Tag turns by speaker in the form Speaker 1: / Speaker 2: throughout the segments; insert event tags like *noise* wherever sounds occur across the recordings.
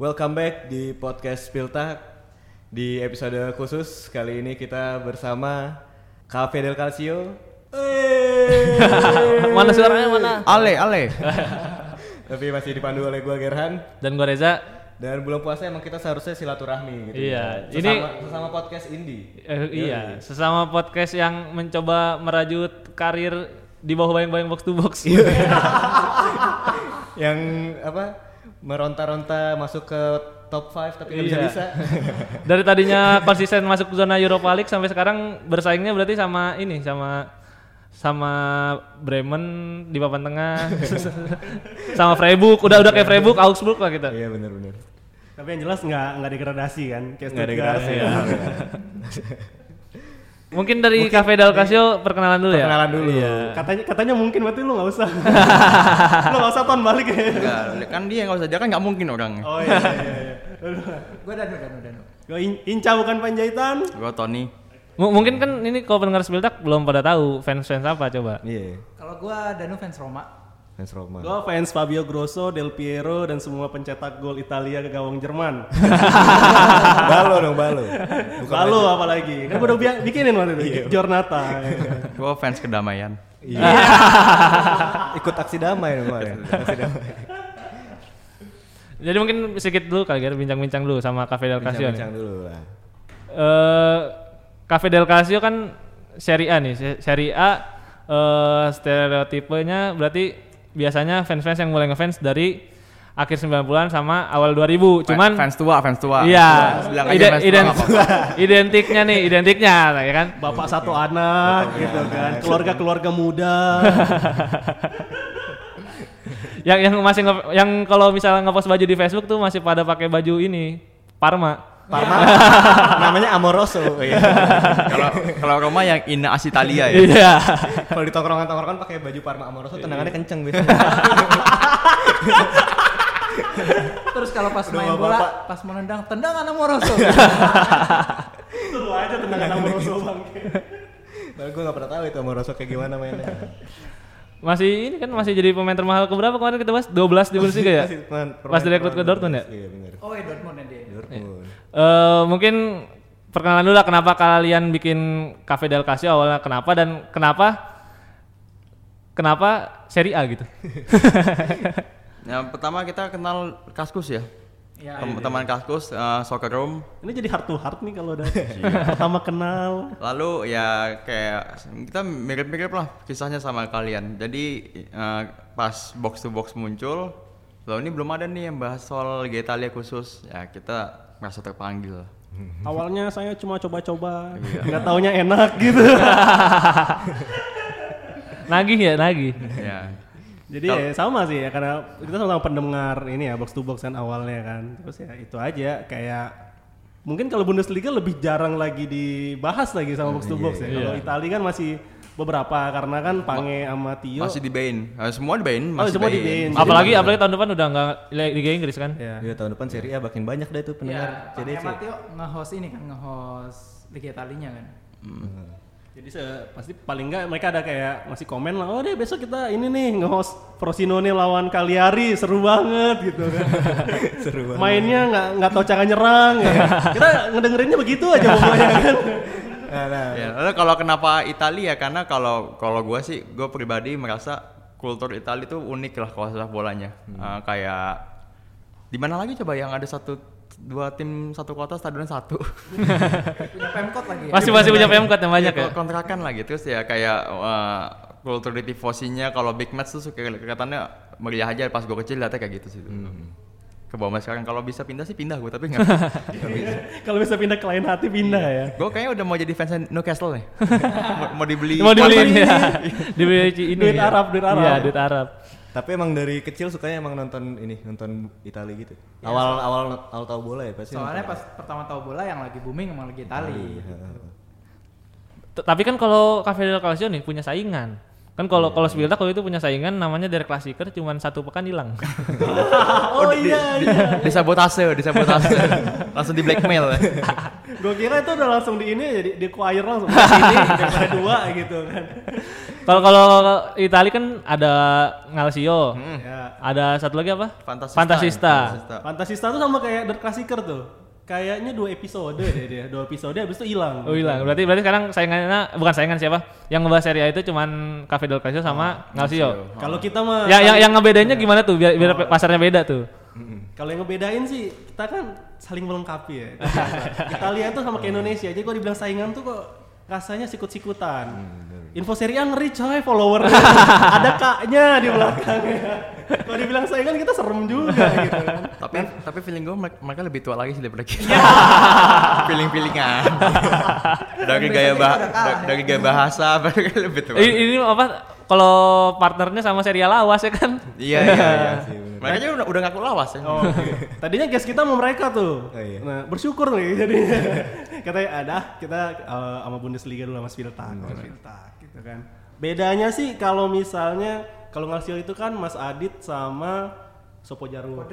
Speaker 1: Welcome back di podcast Piltak. Di episode khusus kali ini kita bersama Cafe del Calcio. Eh.
Speaker 2: *laughs* mana suaranya mana?
Speaker 3: Ale, ale.
Speaker 1: *laughs* Tapi masih dipandu oleh gua Gerhan.
Speaker 2: Dan gue Reza.
Speaker 1: Dan bulan puasa emang kita seharusnya silaturahmi gitu.
Speaker 2: Iya,
Speaker 1: Sesama,
Speaker 2: ini-
Speaker 1: sesama podcast indie.
Speaker 2: Eh, iya, sesama podcast yang mencoba merajut karir di bawah bayang-bayang box to box.
Speaker 1: Yang apa? Meronta-ronta masuk ke top 5 tapi nggak
Speaker 2: Iya. *laughs*
Speaker 1: bisa-bisa.
Speaker 2: *laughs* Dari tadinya konsisten masuk zona Europa League sampai sekarang bersaingnya berarti sama ini sama sama Bremen di papan tengah *laughs* sama Freiburg udah udah kayak Freiburg Augsburg lah kita
Speaker 1: Iya benar-benar.
Speaker 4: Tapi yang jelas nggak nggak degradasi kan? Kayak
Speaker 1: Nggak ada
Speaker 4: Stuttgart.
Speaker 1: gerasi.
Speaker 2: Iya.
Speaker 1: ya.
Speaker 2: mungkin dari Cafe Del Casio perkenalan dulu ya
Speaker 1: Perkenalan dulu.
Speaker 4: Katanya katanya mungkin berarti lu nggak usah.
Speaker 1: *laughs*
Speaker 4: lu nggak usah tahun balik ya.
Speaker 3: Enggak, kan dia nggak usah dia kan nggak mungkin orangnya.
Speaker 4: Oh iya iya iya. Gue Inca bukan Panjaitan.
Speaker 3: Gua Tony.
Speaker 2: M- mungkin kan ini kalau pendengar Spiltak belum pada tahu fans-fans apa coba
Speaker 1: Iya.
Speaker 5: Kalau gua Danu fans Roma.
Speaker 1: Fans Roma.
Speaker 4: Gue fans Fabio Grosso, Del Piero dan semua pencetak gol Italia ke gawang Jerman.
Speaker 1: balo dong balo. *laughs* Bukan Iya.
Speaker 4: Lalu apalagi? Kan gua udah bi- bikinin waktu itu. Jornata. ya kan.
Speaker 1: *laughs*
Speaker 3: Gua fans kedamaian.
Speaker 2: Iya.
Speaker 1: ikut aksi damai dong kemarin. Aksi damai.
Speaker 2: Jadi mungkin sedikit dulu kali ya bincang-bincang dulu sama Cafe Del Casio nih.
Speaker 1: Bincang-bincang dulu
Speaker 2: Iya.
Speaker 1: lah.
Speaker 2: Eh, Cafe Del Casio kan seri A nih. Se- Seri A eh, stereotipenya berarti biasanya fans-fans yang mulai ngefans dari akhir 90-an sama awal 2000.
Speaker 3: Fa-
Speaker 2: Cuman
Speaker 3: fans tua, fans tua.
Speaker 2: iya,
Speaker 3: Fans tua. Bilang aja
Speaker 2: ide-
Speaker 3: fans tua
Speaker 2: ident-
Speaker 3: nggak apa-apa.
Speaker 2: *laughs* identiknya nih, identiknya ya kan.
Speaker 4: Bapak
Speaker 1: Iya,
Speaker 4: satu anak gitu kan. Keluarga-keluarga
Speaker 1: *laughs*
Speaker 4: muda.
Speaker 2: Yang yang masih nge- yang kalau misalnya ngepost baju di Facebook tuh masih pada pakai baju ini, Parma.
Speaker 1: Parma namanya Amoroso. Iya.
Speaker 3: Kalau kalau Roma yang Ina Asitalia ya.
Speaker 2: Iya.
Speaker 1: Kalau di tongkrongan-tongkrongan pakai baju Parma Amoroso tendangannya kenceng biasanya.
Speaker 5: Terus kalau pas main
Speaker 1: bawa
Speaker 5: bola,
Speaker 1: bapak.
Speaker 5: pas mau nendang, tendangan Amoroso.
Speaker 1: Iya.
Speaker 4: Seru aja tentang anak Grosso bangke.
Speaker 1: gitu. Padahal gue gak pernah tahu itu Amoroso kayak gimana mainnya.
Speaker 2: Masih ini kan masih jadi pemain termahal keberapa kemarin kita bahas? 12 di Bundesliga ya?
Speaker 4: *laughs*
Speaker 2: Pas direkrut ke Dortmund ya?
Speaker 1: Iya benar.
Speaker 5: oh, ya Dortmund ya dia.
Speaker 1: Dortmund.
Speaker 2: Eh mungkin perkenalan dulu lah kenapa kalian bikin Cafe Del Casio awalnya kenapa dan kenapa kenapa seri A
Speaker 4: *laughs*
Speaker 2: gitu.
Speaker 3: Yang pertama kita kenal Kaskus ya.
Speaker 5: Iya.
Speaker 3: Tem- Teman Kaskus, eh, soccer room.
Speaker 4: Ini jadi heart to heart nih
Speaker 1: *laughs*
Speaker 4: kalau udah
Speaker 1: Iya.
Speaker 4: pertama kenal.
Speaker 3: Lalu ya kayak kita mirip-mirip lah kisahnya sama kalian. Jadi eh, pas box to box muncul, lalu ini belum ada nih yang bahas soal Liga Italia khusus. Ya kita merasa terpanggil.
Speaker 4: Awalnya saya cuma coba-coba, nggak taunya enak *laughs* gitu.
Speaker 2: nagih ya, nagih.
Speaker 3: ya.
Speaker 4: Jadi ya sama sih ya karena kita sama pendengar ini ya box to box kan awalnya kan. Terus ya itu aja kayak mungkin kalau Bundesliga lebih jarang lagi dibahas lagi sama box to box ya. Kalau Itali kan masih beberapa karena kan Pange sama Tio
Speaker 3: Masih dibain. Eh, semua dibain,
Speaker 2: Oh,
Speaker 3: masih
Speaker 4: semua dibain.
Speaker 3: dibain.
Speaker 2: Apalagi apalagi tahun depan udah nggak li- Liga Inggris kan.
Speaker 4: ya.
Speaker 1: Iya tahun depan Serie A makin banyak deh tuh
Speaker 5: Iya,
Speaker 1: pendengar
Speaker 5: Jadi
Speaker 1: CDC.
Speaker 5: Mateo nge-host ini kan, nge-host Liga Italinya kan.
Speaker 4: Jadi se- pasti paling nggak mereka ada kayak masih komen lah, oh deh besok kita ini nih nge-host Frosinone lawan Cagliari seru banget gitu
Speaker 2: *laughs*
Speaker 4: kan.
Speaker 1: Seru banget.
Speaker 4: Mainnya nggak nggak tahu cara nyerang ya. Kita ngedengerinnya begitu aja pokoknya kan. *laughs*
Speaker 1: Nah, nah.
Speaker 3: Ya, lalu kalau kenapa Italia ya karena kalau kalau gue sih gue pribadi merasa kultur Italia itu unik lah kalau sepak bolanya.
Speaker 2: Hmm.
Speaker 3: Eh, kayak di mana lagi coba yang ada satu dua tim satu kota stadion satu.
Speaker 5: Punya Pemkot lagi ya.
Speaker 2: Masih masih punya PMK yang
Speaker 3: *laughs*
Speaker 2: banyak
Speaker 3: Iya,
Speaker 2: ya.
Speaker 3: kontrakan lagi terus ya kayak eh, kultur di tifosinya kalau big match tuh suka kelihatannya meriah aja pas gue kecil liatnya kayak gitu sih dulu.
Speaker 2: Hmm.
Speaker 3: Ke bawah sekarang kalau bisa pindah sih pindah gue tapi nggak.
Speaker 2: *laughs*
Speaker 4: Kalau bisa pindah ke lain hati pindah ya.
Speaker 3: gue kayaknya udah mau jadi fans Newcastle nih. mau, mau dibeli.
Speaker 2: Mau dibeliin
Speaker 4: *laughs*
Speaker 2: ya. Dibeli ini.
Speaker 4: Iya, Duit
Speaker 2: ya.
Speaker 4: Arab, duit Arab.
Speaker 2: Iya, duit Arab.
Speaker 1: Tapi emang dari kecil sukanya emang nonton ini, nonton Italia gitu. Awal awal awal tahu bola ya
Speaker 3: Iya,
Speaker 1: pasti. Iya,
Speaker 5: Soalnya pas pertama tahu bola yang lagi booming sama Liga Itali.
Speaker 2: T- Tapi kan kalau Cafe Del Calcio nih punya saingan. Kan
Speaker 4: Iya,
Speaker 2: kalau kalau Spiltak kalau itu punya saingan namanya Der Klassiker cuman satu pekan hilang.
Speaker 4: *laughs* Oh iya iya.
Speaker 3: disabotase, disabotase. Langsung di blackmail.
Speaker 4: ya,
Speaker 2: *laughs*
Speaker 4: Gue kira itu udah langsung di ini jadi di choir langsung ke sini daripada dua gitu kan.
Speaker 2: Kalau kalau Itali kan ada Ngalsio.
Speaker 4: Ya.
Speaker 2: Ada satu lagi apa?
Speaker 3: Hmm. Fantasista.
Speaker 2: Fantasista.
Speaker 3: Fantasista.
Speaker 4: Fantasista tuh sama kayak The Classicer tuh. Kayaknya dua episode deh dia, dua episode habis itu hilang.
Speaker 2: Oh hilang. Berarti berarti sekarang saingannya bukan saingan siapa? Yang ngebahas seri A itu cuman Cafe del Calcio sama
Speaker 3: Ah,
Speaker 2: Ngalsio.
Speaker 4: Kalau kita mah
Speaker 2: Ya yang yang ngebedainnya
Speaker 3: Iya.
Speaker 2: gimana tuh? Biar,
Speaker 3: Oh.
Speaker 2: biar pasarnya beda tuh.
Speaker 4: Kalau yang ngebedain sih kita kan saling melengkapi ya. Italia tuh sama kayak Indonesia. Jadi kalau dibilang saingan tuh kok rasanya sikut-sikutan. Info seri A ngeri coy follower. Ada kaknya di belakang. kalau dibilang saingan kita serem juga gitu kan.
Speaker 3: tapi tapi feeling gue mereka lebih tua lagi sih daripada kita *laughs* feeling feelingan dari gaya bah da- dari gaya bahasa *laughs* mereka lebih tua
Speaker 2: I- Ini apa? Kalau partnernya sama serial lawas ya kan?
Speaker 3: iya iya iya
Speaker 1: sih, bener.
Speaker 3: mereka juga udah udah ngaku lawas ya
Speaker 4: Oh, Tadinya guys kita sama mereka tuh.
Speaker 1: Oh, iya.
Speaker 4: Nah, bersyukur nih jadinya. *laughs* Katanya ada kita eh, sama Bundesliga dulu sama Spieltag,
Speaker 1: Iya.
Speaker 4: sama Spieltag gitu kan. Bedanya sih kalau misalnya kalau ngasih itu kan Mas Adit sama Sopo Jarwo. *laughs*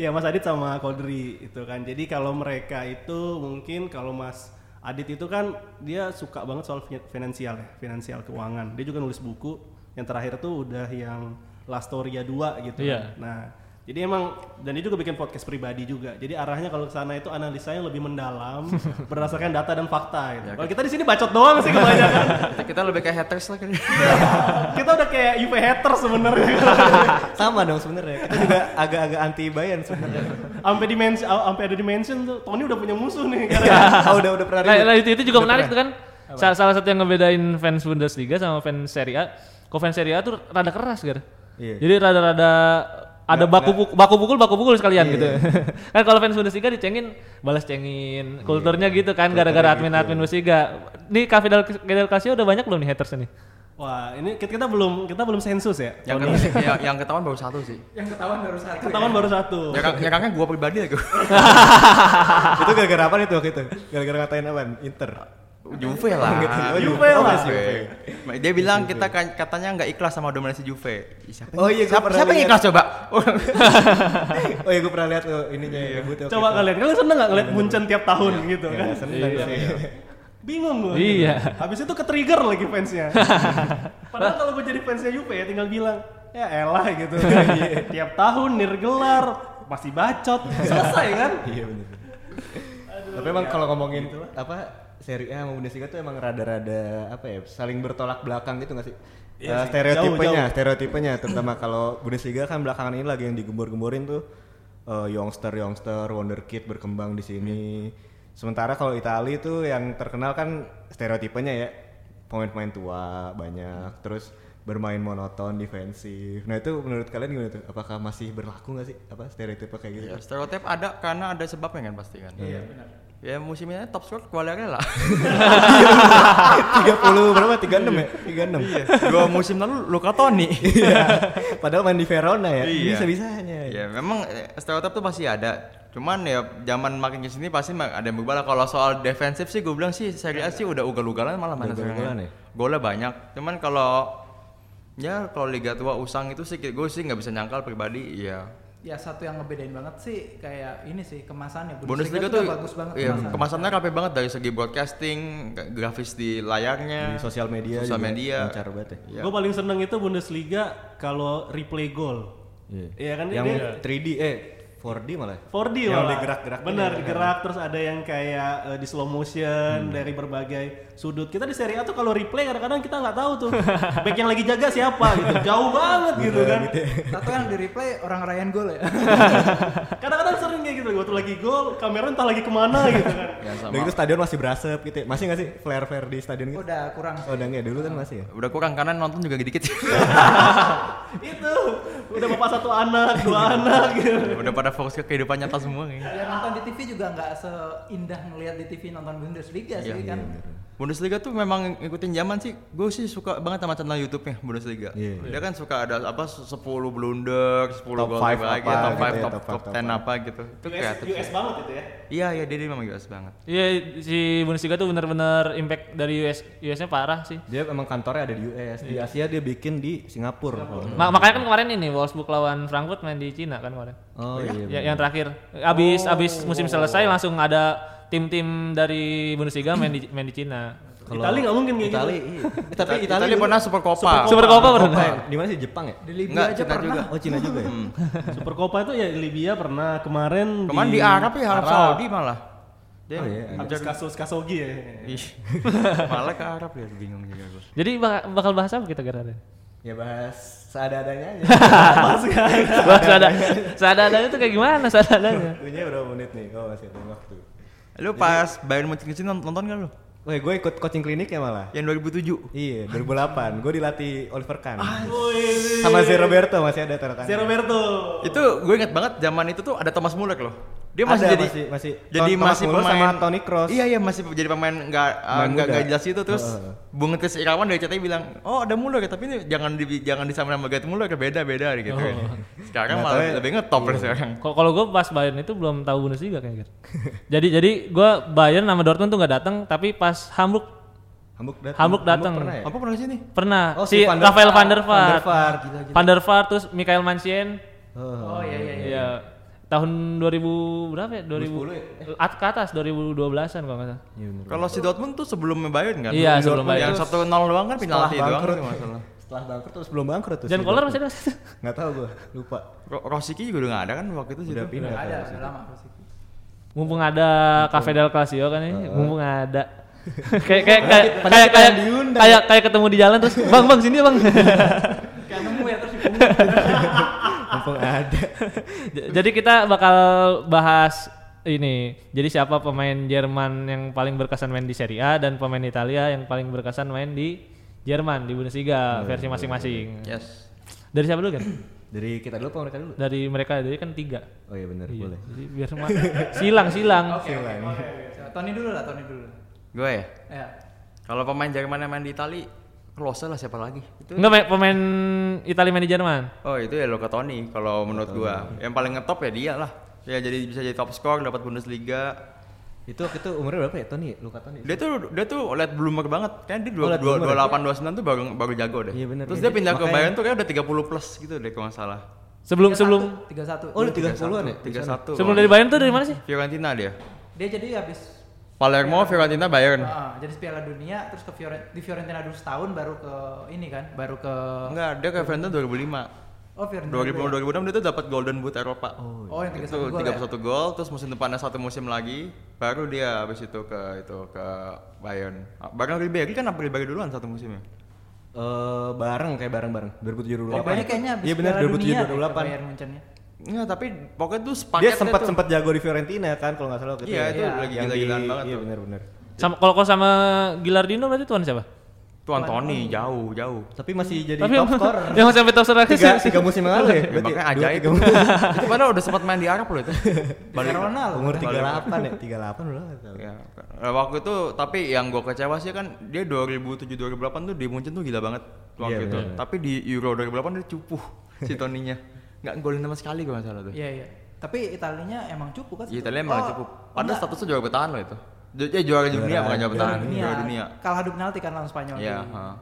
Speaker 4: ya Mas Adit sama Kodri itu kan. Jadi kalau mereka itu mungkin kalau Mas Adit itu kan dia suka banget soal fi- finansial ya, finansial keuangan. Dia juga nulis buku yang terakhir tuh udah yang La Storia 2 gitu.
Speaker 2: Iya.
Speaker 4: Nah, jadi emang dan dia juga bikin podcast pribadi juga. Jadi arahnya kalau ke sana itu analisanya lebih mendalam berdasarkan data dan fakta gitu. Kalau kita di sini bacot doang sih kebanyakan.
Speaker 3: kita, kita lebih kayak haters lah kan
Speaker 4: kita udah kayak UV hater sebenarnya. *laughs*
Speaker 1: Sama dong sebenarnya. Kita juga agak-agak anti Bayern sebenarnya.
Speaker 4: Sampai dimensi sampai ada dimension tuh Tony udah punya musuh nih
Speaker 1: *laughs* Ah, udah udah pernah
Speaker 2: Lah
Speaker 1: ribut.
Speaker 2: lah itu, itu juga menarik tuh kan. Sa- Salah satu yang ngebedain fans Bundesliga sama fans Serie A, kok fans Serie A tuh rada keras, Gar.
Speaker 1: Iya.
Speaker 2: Jadi rada-rada ada baku pukul, baku pukul, baku pukul sekalian gitu.
Speaker 1: Iya.
Speaker 2: *laughs* kan kalau fans Bundesliga dicengin, balas cengin. Kulturnya gitu kan gara-gara admin-admin Bundesliga. Nih Cafe del, del Calcio udah banyak belum nih haters nih?
Speaker 4: Wah, ini kita, kita belum kita belum sensus ya.
Speaker 3: yang,
Speaker 4: Tony?
Speaker 3: ketahuan- yang, yang ketahuan baru satu sih
Speaker 5: Yang ketahuan baru satu.
Speaker 4: Ketahuan baru satu.
Speaker 3: nyerang nyerangnya gue pribadi ya gue
Speaker 1: itu gara-gara apa itu waktu itu? Gara-gara ngatain apa? Inter.
Speaker 3: Juve lah
Speaker 1: Oh,
Speaker 4: Juve
Speaker 1: oh,
Speaker 4: lah.
Speaker 1: Juve.
Speaker 3: Dia bilang kita kan- katanya nggak ikhlas sama dominasi Juve. Siapa,
Speaker 1: Oh iya, gua
Speaker 3: siapa,
Speaker 1: pernah
Speaker 3: siapa yang
Speaker 1: lihat.
Speaker 3: ikhlas coba? *laughs*
Speaker 1: Oh iya gue pernah lihat tuh ininya ributnya waktu
Speaker 4: Coba
Speaker 1: itu.
Speaker 4: kalian, kalian seneng gak ngeliat Munchen tiap tahun gitu
Speaker 1: Iya,
Speaker 4: kan?
Speaker 1: seneng sih.
Speaker 4: Bingung gue.
Speaker 2: Iya.
Speaker 4: Habis itu ke-trigger lagi fansnya. Padahal kalau gue jadi fansnya Juve ya tinggal bilang, ya elah gitu. *laughs* tiap tahun nirgelar, masih bacot. Selesai kan?
Speaker 1: Iya bener. Tapi emang kalau ngomongin apa Serie A sama Bundesliga tuh emang rada-rada apa ya saling bertolak belakang gitu nggak sih? Eh,
Speaker 4: sih,
Speaker 1: stereotipenya,
Speaker 4: jauh, jauh.
Speaker 1: stereotipenya terutama kalau Bundesliga kan belakangan ini lagi yang digembor-gemborin tuh eh, youngster youngster wonderkid berkembang di sini. Sementara kalau Italia itu yang terkenal kan stereotipenya ya pemain-pemain tua banyak terus bermain monoton defensif. Nah itu menurut kalian gimana tuh? Apakah masih berlaku nggak sih apa stereotipe kayak gitu?
Speaker 3: Ya, stereotip ada karena ada sebabnya kan pasti kan. Iya benar. Ya musim ini top score
Speaker 1: 30
Speaker 3: Quagliarella.
Speaker 1: berapa? 36 ya? 36.
Speaker 3: Iya. Dua musim lalu Luka
Speaker 1: *laughs*
Speaker 3: Toni.
Speaker 1: Iya. Padahal main di Verona ya.
Speaker 3: Iya.
Speaker 1: Bisa-bisanya.
Speaker 3: ya memang eh, stereotip tuh pasti ada. Cuman ya zaman makin kesini pasti mak- ada yang berubah lah. Kalau soal defensif sih gue bilang sih Serie A sih udah ugal-ugalan malah mana
Speaker 1: Ugal-ugalan
Speaker 3: sekarang. Golnya banyak. Cuman kalau ya kalau Liga Tua usang itu sih gue sih nggak bisa nyangkal pribadi. Iya.
Speaker 5: Ya satu yang ngebedain banget sih kayak ini sih kemasannya.
Speaker 3: Bundesliga,
Speaker 5: juga
Speaker 3: tuh
Speaker 5: bagus banget
Speaker 3: Iya,
Speaker 5: kemasannya.
Speaker 3: kemasannya rapi banget dari segi broadcasting, gra- grafis di
Speaker 1: Di
Speaker 3: layarnya,
Speaker 1: sosial media
Speaker 3: sosial
Speaker 1: juga
Speaker 3: media.
Speaker 1: lancar banget ya.
Speaker 3: Iya.
Speaker 4: Gue paling seneng itu Bundesliga kalau replay gol. Iya kan?
Speaker 1: Yang
Speaker 4: dia-
Speaker 1: 3D eh 4D malah.
Speaker 4: 4D
Speaker 1: Yang
Speaker 4: malah.
Speaker 1: digerak-gerak
Speaker 4: Benar, digerak terus ada yang kayak eh, di slow motion dari berbagai sudut. Kita di Serie A tuh kalau replay kadang-kadang kita nggak tahu tuh back yang lagi jaga siapa gitu. Jauh banget gitu kan.
Speaker 5: Satu yang di replay orang Ryan gol ya.
Speaker 4: Kadang-kadang sering kayak gitu. Waktu lagi gol, kamera entah lagi kemana gitu
Speaker 3: *laughs*
Speaker 4: kan.
Speaker 3: Ya, sama.
Speaker 1: Dan itu stadion masih berasap gitu. ya. Masih nggak sih flare-flare di stadion
Speaker 3: Iya.
Speaker 1: gitu?
Speaker 5: *laughs* Udah kurang.
Speaker 1: Oh, udah nggak ya? dulu kan masih ya.
Speaker 3: Udah kurang karena nonton juga dikit.
Speaker 4: itu udah bapak satu anak,
Speaker 3: Iya.
Speaker 4: dua anak gitu.
Speaker 3: Udah pada fokus ke kehidupan nyata semua kayaknya.
Speaker 5: Ya nonton di TV juga nggak seindah ngelihat di TV nonton Bundesliga sih
Speaker 3: Iya,
Speaker 5: kan.
Speaker 3: Bundesliga tuh memang ngikutin zaman sih. Gue sih suka banget sama channel YouTube-nya Bundesliga.
Speaker 1: Iya.
Speaker 3: Dia kan suka ada apa 10 blunder, 10
Speaker 1: Top
Speaker 3: gol
Speaker 1: five
Speaker 3: lagi,
Speaker 1: apa
Speaker 3: top
Speaker 1: gitu
Speaker 3: 5,
Speaker 1: ya, top
Speaker 3: top,
Speaker 1: five, top
Speaker 3: 10
Speaker 1: five.
Speaker 3: apa gitu. Itu
Speaker 4: US,
Speaker 3: kreatif.
Speaker 4: US banget itu ya.
Speaker 3: Iya, iya dia, dia memang US banget.
Speaker 2: Iya si Bundesliga tuh bener-bener impact dari US US-nya parah sih.
Speaker 1: Dia emang kantornya ada di US. Di Asia dia bikin di Singapura. kalau nggak salah.
Speaker 2: Ma- makanya kan kemarin ini Wolfsburg lawan Frankfurt main di Cina kan kemarin.
Speaker 1: Oh iya.
Speaker 2: Ya, yang terakhir
Speaker 1: Oh.
Speaker 2: abis abis musim selesai langsung ada tim-tim dari Bundesliga main di main di Cina.
Speaker 6: Kalau
Speaker 4: Itali nggak mungkin kayak
Speaker 6: Itali,
Speaker 4: gitu.
Speaker 6: iya.
Speaker 1: Eh, tapi
Speaker 3: Itali,
Speaker 1: Italia dulu-
Speaker 3: pernah Super Copa.
Speaker 2: Super Copa pernah.
Speaker 1: Eh, Di mana sih Jepang ya?
Speaker 5: Di Libya
Speaker 3: Enggak,
Speaker 5: aja
Speaker 3: Cina
Speaker 5: pernah.
Speaker 3: juga.
Speaker 1: Oh Cina juga ya.
Speaker 4: Super Copa itu ya Libya pernah kemarin
Speaker 3: Kemarin di Arab ya, Arab Saudi malah. Dia
Speaker 1: Oh, iya, Arab
Speaker 4: Habis
Speaker 3: hajar-
Speaker 4: kasus Kasogi ya.
Speaker 3: Ih, malah ke Arab ya, bingung juga gue.
Speaker 2: Jadi bak- bakal bahas apa kita kira
Speaker 1: Ya bahas seada-adanya aja.
Speaker 2: *laughs* Bahas ada seadanya tuh kayak gimana seadanya?
Speaker 1: Punya berapa menit nih? Oh masih ada waktu.
Speaker 3: Lu pas Bayern Munchen kesini nont- nonton gak lu?
Speaker 1: Weh, gue ikut coaching klinik ya malah.
Speaker 3: Yang 2007.
Speaker 1: Iya, 2008. Gue dilatih Oliver Kahn. Sama si Roberto masih ada tanda tangan.
Speaker 4: Si Roberto.
Speaker 3: Itu gue inget banget zaman itu tuh ada Thomas Muller loh. Dia masih
Speaker 1: Ada,
Speaker 3: jadi
Speaker 1: masih- masih.
Speaker 3: jadi
Speaker 1: Thomas
Speaker 3: masih
Speaker 1: Muller
Speaker 3: pemain
Speaker 1: sama Toni Kroos.
Speaker 3: Iya iya masih jadi pemain nggak uh,
Speaker 1: Pemain
Speaker 3: nggak
Speaker 1: muda.
Speaker 3: nggak jelas itu terus
Speaker 1: Heeh.
Speaker 3: bunget ke si Irawan dari CTI bilang oh ada Muller tapi ini jangan di, jangan disamain sama Gerd Muller beda beda gitu. kan.
Speaker 1: Oh. Nggak
Speaker 3: Sekarang malah
Speaker 1: tahu ya.
Speaker 3: lebih ngetop lah sekarang.
Speaker 2: Kok kalau gue pas Bayern itu belum tahu Bundesliga
Speaker 1: *laughs*
Speaker 2: kayaknya. Ger. jadi jadi gue Bayern sama Dortmund tuh nggak datang, tapi pas Hamburg
Speaker 1: Hamburg datang.
Speaker 2: Hamburg datang.
Speaker 1: pernah ya?
Speaker 3: Apa pernah sini?
Speaker 2: pernah
Speaker 1: Oh,
Speaker 2: si,
Speaker 1: si Van der
Speaker 2: Rafael
Speaker 1: Vaart.
Speaker 2: van der
Speaker 1: Van der
Speaker 2: Vaart,
Speaker 1: Vaart.
Speaker 2: van der Vaart terus Michael Manchin,
Speaker 1: Oh.
Speaker 5: Oh iya iya iya.
Speaker 2: ya tahun 2000 berapa ya?
Speaker 1: 2010 ya?
Speaker 2: 2000 at ke atas 2012-an kalau nggak salah.
Speaker 1: Iya, bener.
Speaker 3: Kalau si Dortmund tuh sebelum Bayern kan?
Speaker 2: Iya, sebelum
Speaker 3: Dortmund Yang
Speaker 2: Bayern.
Speaker 3: satu nol doang kan penalti doang
Speaker 1: bangkrut.
Speaker 3: kan masalah.
Speaker 1: Setelah bangkrut terus belum bangkrut tuh.
Speaker 2: Jan Koller masih ada.
Speaker 1: Enggak tahu gue, lupa.
Speaker 3: Ro- Rosicky juga udah nggak ada kan waktu itu sih.
Speaker 1: Udah pindah.
Speaker 5: Nggak ada,
Speaker 1: kalau
Speaker 3: iya.
Speaker 5: udah lama sih.
Speaker 2: *laughs* Mumpung ada Cafe del Clasico kan ini, mumpung ada. *laughs* kayak kayak kayak kayak
Speaker 1: kita
Speaker 2: kayak
Speaker 1: yang diundang.
Speaker 2: kayak kayak ketemu di jalan terus bang bang sini bang *laughs*
Speaker 5: Kayak nemu ya terus dipungut.
Speaker 1: Mumpung ada.
Speaker 2: J- jadi kita bakal bahas ini jadi siapa pemain Jerman yang paling berkesan main di Serie A dan pemain Italia yang paling berkesan main di Jerman di
Speaker 1: Iya,
Speaker 2: Bundesliga versi masing-masing
Speaker 3: Yes.
Speaker 2: dari siapa dulu kan
Speaker 1: Dari kita dulu apa mereka dulu?
Speaker 2: dari mereka jadi kan tiga
Speaker 1: Oh iya benar,
Speaker 2: Iya,
Speaker 1: boleh.
Speaker 2: jadi biar semua *laughs* silang silang
Speaker 5: Oke. oke, oke, oke. Tony dulu lah, Tony dulu.
Speaker 3: Gue ya.
Speaker 5: Ya.
Speaker 3: Kalau pemain Jerman yang main di Itali, Klose lah siapa lagi? Itu.
Speaker 2: enggak pe- pemain Italia main di Jerman
Speaker 3: Oh itu ya Luka Toni kalau menurut gua. Yang paling ngetop ya dia lah. Ya jadi bisa jadi top score, dapat Bundesliga.
Speaker 1: Itu waktu itu umurnya berapa ya Tony? Luka Toni.
Speaker 3: Dia tuh dia tuh late bloomer banget. Kan dia
Speaker 1: Oh,
Speaker 3: dua
Speaker 1: late
Speaker 3: dua-
Speaker 1: bloomer.
Speaker 3: 28 29 tuh baru baru jago deh.
Speaker 1: Iya, bener.
Speaker 3: Terus
Speaker 1: Iya,
Speaker 3: dia
Speaker 1: dia-
Speaker 3: pindah ke
Speaker 1: makanya.
Speaker 3: Bayern tuh kayak udah 30 plus gitu deh kalau nggak salah.
Speaker 2: sebelum sebelum
Speaker 5: 31.
Speaker 1: Oh, lu 30-an ya?
Speaker 3: 31.
Speaker 2: sebelum dari Bayern tuh dari mana sih
Speaker 3: Fiorentina dia.
Speaker 5: Dia jadi habis
Speaker 3: Palermo, Fiorentina, Bayern.
Speaker 1: Iya.
Speaker 5: ah, jadi Piala Dunia terus ke Fiore- di Fiorentina dulu setahun baru ke ini kan, baru ke
Speaker 3: Enggak, dia ke Fiorentina 2005.
Speaker 5: Oh, Fiorentina. dulu
Speaker 3: 2000 2006
Speaker 5: ya?
Speaker 3: dia tuh dapat Golden Boot Eropa.
Speaker 5: Oh, yang 31
Speaker 3: itu
Speaker 5: gol ya?
Speaker 3: 31 gol, terus musim depannya satu musim lagi, baru dia habis itu ke itu ke Bayern. Ah, Bahkan Ribery kan apa Ribery duluan satu ya? musimnya.
Speaker 1: Eh bareng kayak bareng-bareng 2007 2008.
Speaker 5: Oh, banyak kayaknya habis
Speaker 1: Iya benar
Speaker 5: Piala
Speaker 1: 2007
Speaker 5: Dunia deh ke
Speaker 1: 2008.
Speaker 5: Bayern Munchennya.
Speaker 3: Enggak, tapi pokoknya tuh sepaketnya
Speaker 1: Dia sempat sempat jago di Fiorentina kan kalau nggak salah waktu
Speaker 3: Iya, itu
Speaker 1: ya. Yang
Speaker 3: lagi
Speaker 1: di-
Speaker 3: gila-gilaan banget
Speaker 1: Iya
Speaker 3: tuh.
Speaker 1: benar-benar.
Speaker 2: sama kalau kalau sama Gilardino berarti tuan siapa
Speaker 3: tuh Anthony jauh jauh.
Speaker 1: Tapi masih jadi
Speaker 2: tapi
Speaker 1: top
Speaker 2: *laughs*
Speaker 1: scorer.
Speaker 2: yang sampai top scorer
Speaker 1: tiga, tiga musim yang lalu ya?
Speaker 3: Ya,
Speaker 1: Berarti
Speaker 3: makanya
Speaker 1: dua,
Speaker 3: ajaib.
Speaker 1: tiga
Speaker 3: *laughs*
Speaker 1: musim.
Speaker 3: itu padahal udah sempat main di Arab loh itu. Balik Ronaldo.
Speaker 1: Umur 38
Speaker 3: *laughs*
Speaker 1: ya? 38 udah nggak tahu.
Speaker 3: Ya, nah, waktu itu tapi yang gue kecewa sih kan dia 2007 2008 tuh di Munchen tuh gila banget waktu
Speaker 1: Iya,
Speaker 3: itu.
Speaker 1: bener.
Speaker 3: Tapi di Euro 2008 dia cupuh *laughs* si Toninya. Enggak golin sama sekali gue salah tuh.
Speaker 5: Iya, iya. Tapi Italinya emang cukup kan?
Speaker 3: Iya, Italia emang
Speaker 5: Oh,
Speaker 3: cukup. Padahal
Speaker 5: enggak.
Speaker 3: statusnya juara bertahan loh itu. Ju- Ya juara dunia bukan juara bertahan, juara dunia.
Speaker 5: Kalah adu penalti kan lawan Spanyol.
Speaker 3: Iya,
Speaker 5: Jadi-
Speaker 3: ha.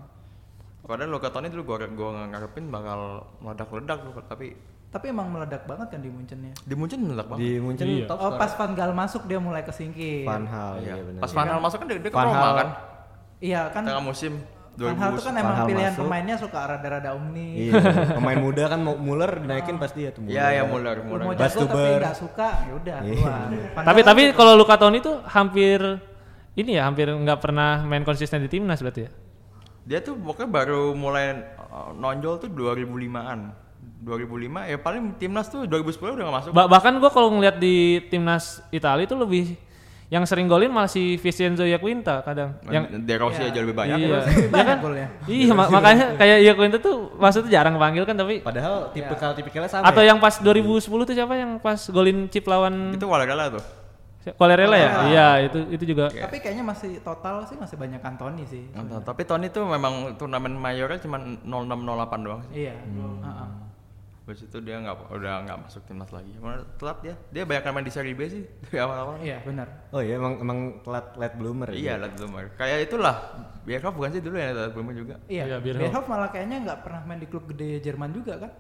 Speaker 3: Padahal lo katanya dulu gua gua nggak ngarepin bakal meledak-ledak loh, tapi
Speaker 5: Tapi emang meledak banget kan di Munchennya.
Speaker 3: di Munchen meledak
Speaker 1: Di
Speaker 3: banget.
Speaker 1: Munchen
Speaker 2: Iya.
Speaker 1: top
Speaker 5: Oh, pas Van Gaal masuk dia mulai kesingkir.
Speaker 1: Van Hal,
Speaker 3: Iya.
Speaker 1: iya benar.
Speaker 3: Pas final masuk kan dia, dia ke
Speaker 1: Van
Speaker 3: Roma
Speaker 1: Hal-
Speaker 3: kan.
Speaker 5: Iya kan.
Speaker 3: Tengah musim
Speaker 5: Van Hal tuh kan
Speaker 3: 2000.
Speaker 5: emang
Speaker 1: Van Hal
Speaker 5: pilihan
Speaker 1: masuk.
Speaker 5: pemainnya suka rada-rada omni.
Speaker 1: Iya, pemain muda kan mau Muller dinaikin pasti ya tuh.
Speaker 3: Iya, ya Muller,
Speaker 5: Lu mau
Speaker 3: Muller.
Speaker 5: jago tapi
Speaker 1: Bastuber.
Speaker 5: nggak suka, ya udah
Speaker 3: Iya.
Speaker 5: keluar. Van
Speaker 2: Tapi
Speaker 5: Gaal
Speaker 2: tapi
Speaker 5: tuh-
Speaker 2: kalau Luka Toni tuh hampir ini ya hampir nggak pernah main konsisten di timnas berarti ya.
Speaker 3: Dia tuh pokoknya baru mulai uh, nonjol tuh 2005-an. 2005 ya paling timnas tuh 2010 udah gak masuk.
Speaker 2: Ba- bahkan gua kalau ngeliat di timnas Italia tuh lebih yang sering golin malah si Vincenzo Iaquinta kadang.
Speaker 3: yang
Speaker 2: Yang
Speaker 3: Kan De Rossi aja lebih banyak.
Speaker 2: iya,
Speaker 5: banyak
Speaker 2: Iya kan?
Speaker 5: golnya.
Speaker 2: Iya, ma- makanya kayak Iaquinta tuh maksudnya jarang panggil kan tapi
Speaker 3: Iya.
Speaker 1: Padahal tipikal tipikalnya sama.
Speaker 2: atau
Speaker 1: ya?
Speaker 2: yang pas 2010 tuh siapa yang pas golin chip lawan
Speaker 3: *laughs* Itu Walagala tuh.
Speaker 2: Quagliarella ya? Iya, itu itu juga.
Speaker 5: tapi kayaknya masih total sih masih banyak Antoni sih.
Speaker 3: Entah, Nah, tapi Tony tuh memang turnamen mayornya cuma 0608 doang sih.
Speaker 5: Iya.
Speaker 4: Hmm.
Speaker 5: Heeh.
Speaker 3: Habis itu dia nggak udah nggak masuk timnas lagi. Mana telat dia. Dia banyak main di seri B sih *laughs* dari awal-awal.
Speaker 5: Iya, benar.
Speaker 2: ya-
Speaker 1: Oh iya emang emang telat late bloomer ya?
Speaker 3: Iya, lah bloomer. Kayak itulah. Bierhoff bukan sih dulu yang late bloomer juga.
Speaker 2: Iya,
Speaker 5: Iya,
Speaker 2: Bierhoff.
Speaker 5: Bierhoff malah kayaknya nggak pernah main di klub gede Jerman juga kan?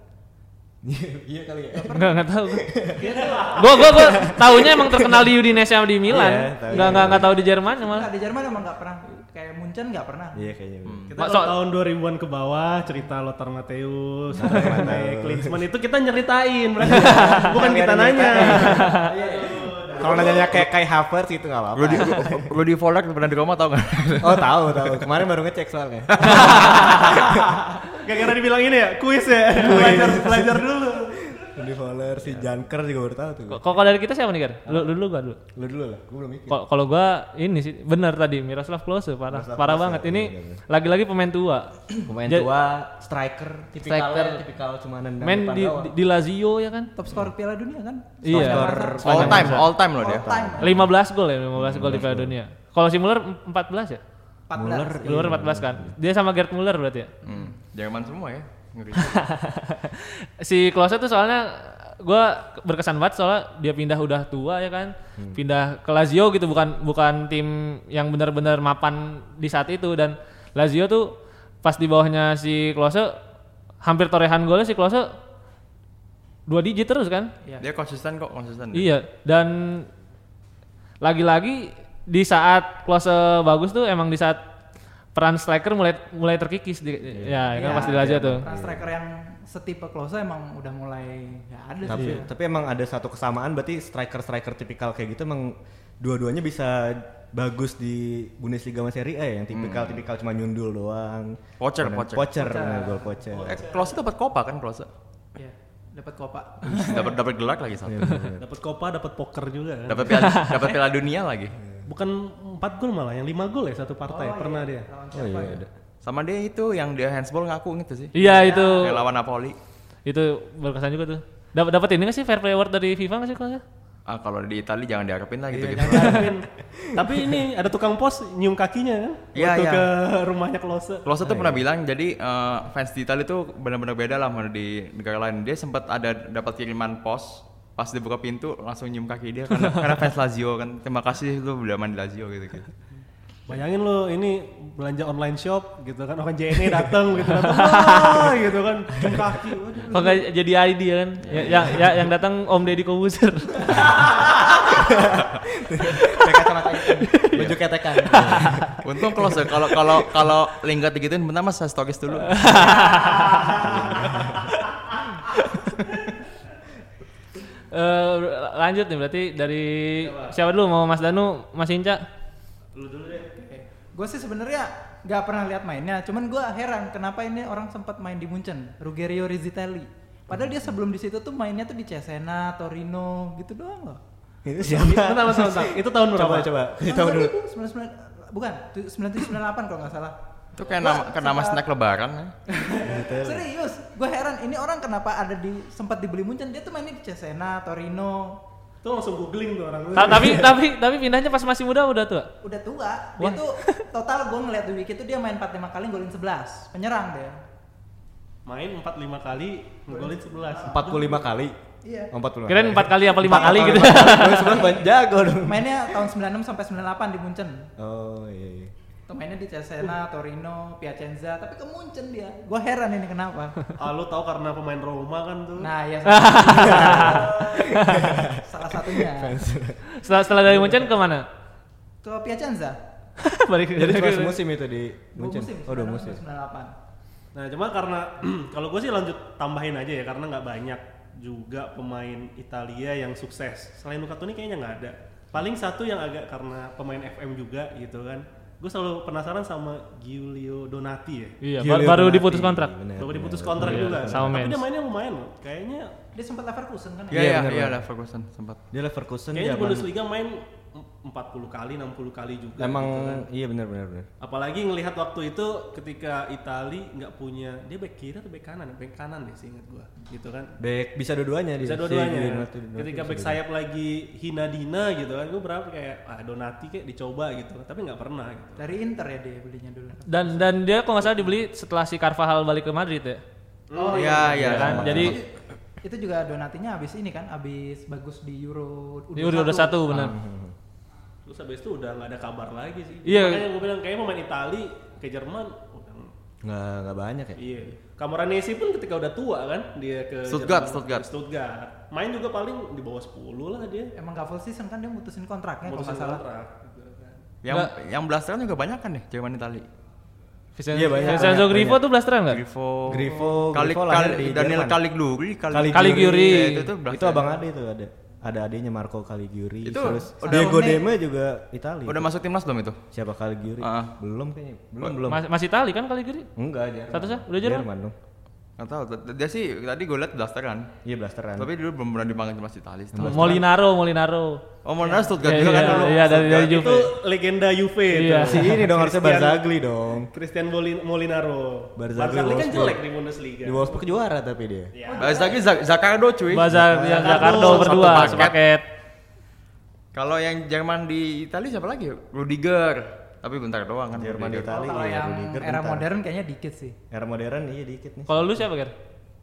Speaker 1: *laughs* Iya kali ya.
Speaker 2: Enggak enggak tahu. gua gua gua taunya emang terkenal di Udinese sama di Milan.
Speaker 1: Iya, tahu.
Speaker 2: Enggak enggak enggak tahu di Jerman malah.
Speaker 5: Enggak, di Jerman emang nggak pernah kayak Munchen nggak pernah.
Speaker 1: Iya kayaknya.
Speaker 3: Hmm.
Speaker 1: bener.
Speaker 4: Kita
Speaker 2: Mak,
Speaker 4: kalau
Speaker 2: so-
Speaker 4: tahun 2000-an ke bawah cerita Lothar Matthäus,
Speaker 3: Iya.
Speaker 1: Matthäus.
Speaker 4: Klinsmann itu kita nyeritain berarti. Bukan kita nanya.
Speaker 1: Kalau nanya kayak kayak Havertz gitu nggak apa-apa.
Speaker 3: Rudy, Rudy Voller pernah di Roma tau gak?
Speaker 1: Oh tahu tahu. Kemarin baru ngecek
Speaker 3: *laughs*
Speaker 1: soalnya.
Speaker 4: Gara-gara dibilang ini ya, kuis
Speaker 5: Iya,
Speaker 4: ya. belajar belajar dulu.
Speaker 3: Iya.
Speaker 1: Rudy Fowler, si Janker juga baru tahu tuh.
Speaker 2: Kok kalau dari kita siapa nih, Gar? Lu lu, lu gua dulu.
Speaker 1: Lu dulu lah, gue belum mikir.
Speaker 2: Kal- Kalau gua ini sih bener tadi Miroslav Klose parah
Speaker 1: Miroslav
Speaker 2: parah
Speaker 1: Klose,
Speaker 2: banget ini
Speaker 1: iya, iya.
Speaker 2: lagi-lagi pemain tua.
Speaker 1: Pemain
Speaker 2: Ja-
Speaker 1: tua, striker, tipikal ya,
Speaker 2: Striker.
Speaker 1: tipikal cuma nendang
Speaker 2: Main di, di, di Lazio ya kan?
Speaker 5: Top skor Piala Dunia kan?
Speaker 2: Iya.
Speaker 3: all
Speaker 1: Oh.
Speaker 2: Sepanjang
Speaker 3: time,
Speaker 2: masa.
Speaker 3: all time loh dia.
Speaker 5: All time.
Speaker 2: 15 gol ya, 15 gol di Piala Dunia. Kalau si Muller 14 ya?
Speaker 5: 14.
Speaker 2: Muller
Speaker 1: Iya.
Speaker 2: 14 kan. Dia sama Gerd Muller berarti ya.
Speaker 3: Hmm, Jerman semua ya. Ngeri.
Speaker 2: si Klose tuh soalnya gua berkesan banget soalnya dia pindah udah tua ya kan
Speaker 5: Hmm.
Speaker 2: pindah ke Lazio gitu bukan bukan tim yang benar-benar mapan di saat itu dan Lazio tuh pas di bawahnya si Klose hampir torehan golnya si Klose dua digit terus kan
Speaker 5: Iya.
Speaker 3: Dia konsisten kok, konsisten. ya? dia.
Speaker 2: Iya, dan lagi-lagi di saat close bagus tuh emang di saat peran striker mulai mulai terkikis di, ya, kan
Speaker 5: Iya,
Speaker 2: pas di Lazio
Speaker 5: iya.
Speaker 2: tuh.
Speaker 5: Trans striker yang setipe Klose emang udah mulai nggak ada
Speaker 1: tapi
Speaker 5: sih.
Speaker 1: tapi emang ada satu kesamaan berarti striker striker tipikal kayak gitu emang dua-duanya bisa bagus di Bundesliga sama Serie A ya, yang tipikal tipikal cuma nyundul doang.
Speaker 3: Pocher,
Speaker 1: Bener,
Speaker 3: pocher.
Speaker 1: Pocher, bener, gol pocher.
Speaker 3: Eh, Klose dapat kopa kan Klose?
Speaker 5: Iya, dapat kopa.
Speaker 3: *laughs* Dapat dapat gelar lagi satu.
Speaker 4: Dapat kopa, dapat poker juga. kan.
Speaker 3: Dapat piala, dapat piala dunia lagi.
Speaker 4: Bukan 4 gol malah, yang 5 gol ya satu partai pernah dia.
Speaker 5: Lawan
Speaker 1: Oh iya, ada.
Speaker 3: Sama dia itu yang dia handsball ngaku gitu sih.
Speaker 2: Iya itu
Speaker 3: Yang lawan Napoli.
Speaker 2: itu berkesan juga tuh. Dapat dapat ini nggak sih fair play award dari FIFA nggak sih Klose?
Speaker 3: Ah, kalau di Italia Iya, jangan diharapin lah gitu, gitu-gitu.
Speaker 4: Diharapin. Tapi ini ada tukang pos nyium kakinya kan?
Speaker 3: Iya,
Speaker 4: Waktu
Speaker 3: iya.
Speaker 4: ke rumahnya Klose.
Speaker 3: Klose tuh pernah bilang jadi eh, fans di Italia tuh benar-benar beda lah sama di negara lain. Dia sempat ada dapat kiriman pos pas dibuka pintu langsung nyium kaki dia karena, karena fans Lazio kan. Terima kasih lu udah main di Lazio gitu gitu.
Speaker 4: Bayangin lo ini belanja online shop gitu kan orang JNE datang gitu datang "Wah," gitu kan cium kaki waduh.
Speaker 2: Kalau nggak jadi ID ya kan? Ya, yang ya- yang datang Om Deddy Kobuser. *laughs*
Speaker 1: Kayak kacamata itu, baju ketekan.
Speaker 3: Iya. *laughs* Untung Klose kalau kalau kalau lingkar digituin bentar Mas saya stories dulu.
Speaker 2: Eh, lanjut nih berarti dari siapa dulu mau Mas Danu, Mas Inca?
Speaker 5: Gue Eh, sih sebenarnya nggak pernah lihat mainnya, cuman gue heran kenapa ini orang sempat main di Munchen, Ruggero Rizzitelli. Padahal dia sebelum di situ tuh mainnya tuh di Cesena, Torino, gitu doang loh.
Speaker 1: Itu siapa?
Speaker 4: Bentar, bentar, bentar. Itu tahun berapa?
Speaker 1: Coba coba. Kita
Speaker 5: Tahun
Speaker 1: dulu.
Speaker 5: 99 bukan, tu- 97 98 kalau nggak salah.
Speaker 3: Itu kayak nama, kayak nama snack lebaran ya.
Speaker 5: Serius, gue heran ini orang kenapa ada di sempat dibeli Munchen, dia tuh mainnya di Cesena, Torino.
Speaker 4: Tuh langsung googling tuh orang.
Speaker 2: Ta- tapi *laughs* tapi tapi pindahnya pas masih muda udah tua.
Speaker 5: Udah tua, dia tuh total gue ngeliat di wiki tuh dia main 45 kali golin 11, penyerang dia.
Speaker 4: Main 4-5 kali, ngegolin
Speaker 1: 45
Speaker 4: 11.
Speaker 1: kali.
Speaker 5: Iya.
Speaker 1: Oh, 45.
Speaker 2: Kirain ya. empat kali apa lima kali *laughs* gitu.
Speaker 1: Sebelah banyak jago dong.
Speaker 5: Mainnya tahun 96 sampai 98 di Munchen.
Speaker 1: Oh iya iya.
Speaker 5: Tuh mainnya di Cesena, Torino, Piacenza, tapi ke Munchen dia. Gue heran ini kenapa.
Speaker 4: Ah, lu tahu karena pemain Roma kan tuh.
Speaker 5: Nah, ya salah- salah satunya.
Speaker 2: setelah, setelah dari Munchen ke mana?
Speaker 5: Ke Piacenza.
Speaker 2: *laughs* Balik
Speaker 1: Jadi cuma
Speaker 2: ke-
Speaker 1: semusim itu di
Speaker 5: Dua
Speaker 1: Munchen.
Speaker 5: musim.
Speaker 1: Oh dua musim.
Speaker 5: 98.
Speaker 4: Nah, cuma karena *clears throat* kalau gue sih lanjut tambahin aja ya karena nggak banyak juga pemain Italia yang sukses. Selain Lukaku ini kayaknya nggak ada. Paling satu yang agak karena pemain FM juga gitu kan. Gue selalu penasaran sama Giulio Donati ya.
Speaker 2: Iya, ba-
Speaker 1: Giulio
Speaker 2: baru
Speaker 1: Donati,
Speaker 2: diputus kontrak.
Speaker 1: bener,
Speaker 4: Baru
Speaker 1: bener.
Speaker 4: diputus kontrak
Speaker 2: Iya,
Speaker 4: juga.
Speaker 2: sama
Speaker 4: Tapi
Speaker 2: Mainz.
Speaker 4: dia mainnya lumayan loh. Kayaknya
Speaker 5: Dia sempat Leverkusen kan?
Speaker 3: Iya
Speaker 1: Iya,
Speaker 3: iya
Speaker 1: benar,
Speaker 3: iya
Speaker 1: benar.
Speaker 3: lah Ferguson sempat.
Speaker 1: Dia Leverkusen
Speaker 4: kayaknya di
Speaker 1: zaman
Speaker 4: Bundesliga main 40 kali, 60 kali juga.
Speaker 1: emang
Speaker 4: gitu kan.
Speaker 1: iya benar benar benar.
Speaker 4: Apalagi ngelihat waktu itu ketika Itali nggak punya dia back kiri atau back kanan, ya? back kanan deh seingat gua. Gitu kan.
Speaker 1: Back bisa dua-duanya dia. Iya,
Speaker 4: bisa
Speaker 1: Si Giulio
Speaker 4: dua-duanya Gitu.
Speaker 1: Donati, Donati
Speaker 4: ketika
Speaker 1: bisa
Speaker 4: back
Speaker 1: dua-duanya.
Speaker 4: sayap lagi hina dina gitu kan gue berapa kayak ah donati kayak dicoba gitu tapi nggak pernah gitu
Speaker 5: Dari Inter ya dia belinya dulu.
Speaker 2: Dan dan dia kalau nggak salah dibeli setelah si Carvajal balik ke Madrid ya.
Speaker 1: Oh,
Speaker 3: iya iya.
Speaker 2: Iya kan?
Speaker 3: sama.
Speaker 2: Jadi
Speaker 5: Itu juga donatinya habis ini kan, habis bagus di Euro
Speaker 2: di udah udah satu benar.
Speaker 4: terus habis itu udah nggak ada kabar lagi sih
Speaker 2: Iya.
Speaker 4: makanya gue bilang kayaknya pemain Itali ke Jerman udah
Speaker 1: nggak nggak banyak ya.
Speaker 4: iya Camoranesi pun ketika udah tua kan dia ke
Speaker 3: Stuttgart,
Speaker 4: Jerman,
Speaker 3: Stuttgart.
Speaker 4: Stuttgart main juga paling di bawah 10 lah dia
Speaker 5: Emang gak full season kan dia mutusin kontraknya kalau
Speaker 4: Mutusin
Speaker 5: nggak salah.
Speaker 4: kontrak, gitu kan.
Speaker 3: Ya Yang yang blasteran juga banyak kan deh Jerman Itali.
Speaker 2: Vicenzo,
Speaker 1: Iya, banyak,
Speaker 2: Vincenzo
Speaker 1: banyak,
Speaker 2: Grifo
Speaker 1: banyak.
Speaker 2: tuh blasteran nggak?
Speaker 3: Grifo,
Speaker 1: Iya. Grifo,
Speaker 3: Kali,
Speaker 1: Grifo lahir di
Speaker 3: Kali- Daniel
Speaker 1: Jerman.
Speaker 3: Caligiuri, Cali-
Speaker 1: Caliguri.
Speaker 2: Caliguri.
Speaker 3: Iya, itu, tuh
Speaker 1: itu
Speaker 3: blasteran.
Speaker 1: abang ade tuh ada ada adanya Marco Caliguri
Speaker 3: Itu
Speaker 1: terus
Speaker 3: udah-
Speaker 1: Diego
Speaker 5: Saone.
Speaker 1: Demme juga Italia
Speaker 3: Udah masuk timnas belum itu?
Speaker 1: siapa Caliguri
Speaker 3: Ah.
Speaker 1: belum kayaknya belum belum
Speaker 2: Mas, masih Itali kan kali gini?
Speaker 1: enggak Jerman
Speaker 2: Satu sah? Udah Jerman?
Speaker 1: dong
Speaker 3: Gak tau, t- dia sih tadi gue liat blasteran
Speaker 1: iya blasteran
Speaker 3: Tapi dulu belum pernah dipanggil timnas Itali setelah-
Speaker 2: Molinaro, Molinaro.
Speaker 3: Oh Molinaro Stuttgart
Speaker 2: Iya,
Speaker 3: juga
Speaker 2: iya,
Speaker 3: kan dulu
Speaker 2: iya, dari dari
Speaker 4: Itu
Speaker 2: Juve.
Speaker 4: legenda Juve
Speaker 2: Iya.
Speaker 1: si ini dong harusnya
Speaker 4: Christian-
Speaker 1: Barzagli dong
Speaker 4: Christian Bolin- Molinaro.
Speaker 1: Barzagli
Speaker 4: Barzagli kan
Speaker 1: Wolfsburg.
Speaker 4: jelek di Bundesliga.
Speaker 1: di Wolfsburg juara tapi dia
Speaker 3: Bahas lagi Zak- Zakardo cuy
Speaker 2: Bazar yang Jakarta
Speaker 3: Satu
Speaker 2: ya, berdua
Speaker 3: paket.
Speaker 2: sepaket.
Speaker 3: Kalau yang Jerman di Itali siapa lagi? ya? Rudiger Tapi bentar doang kan
Speaker 1: Jerman di
Speaker 3: Rudiger.
Speaker 1: Italia
Speaker 5: Kalau
Speaker 1: iya
Speaker 5: yang
Speaker 1: Rudiger
Speaker 5: era
Speaker 1: bentar.
Speaker 5: modern kayaknya dikit sih.
Speaker 1: era modern iya dikit nih
Speaker 2: Kalau lu siapa, Ger?
Speaker 4: Ya,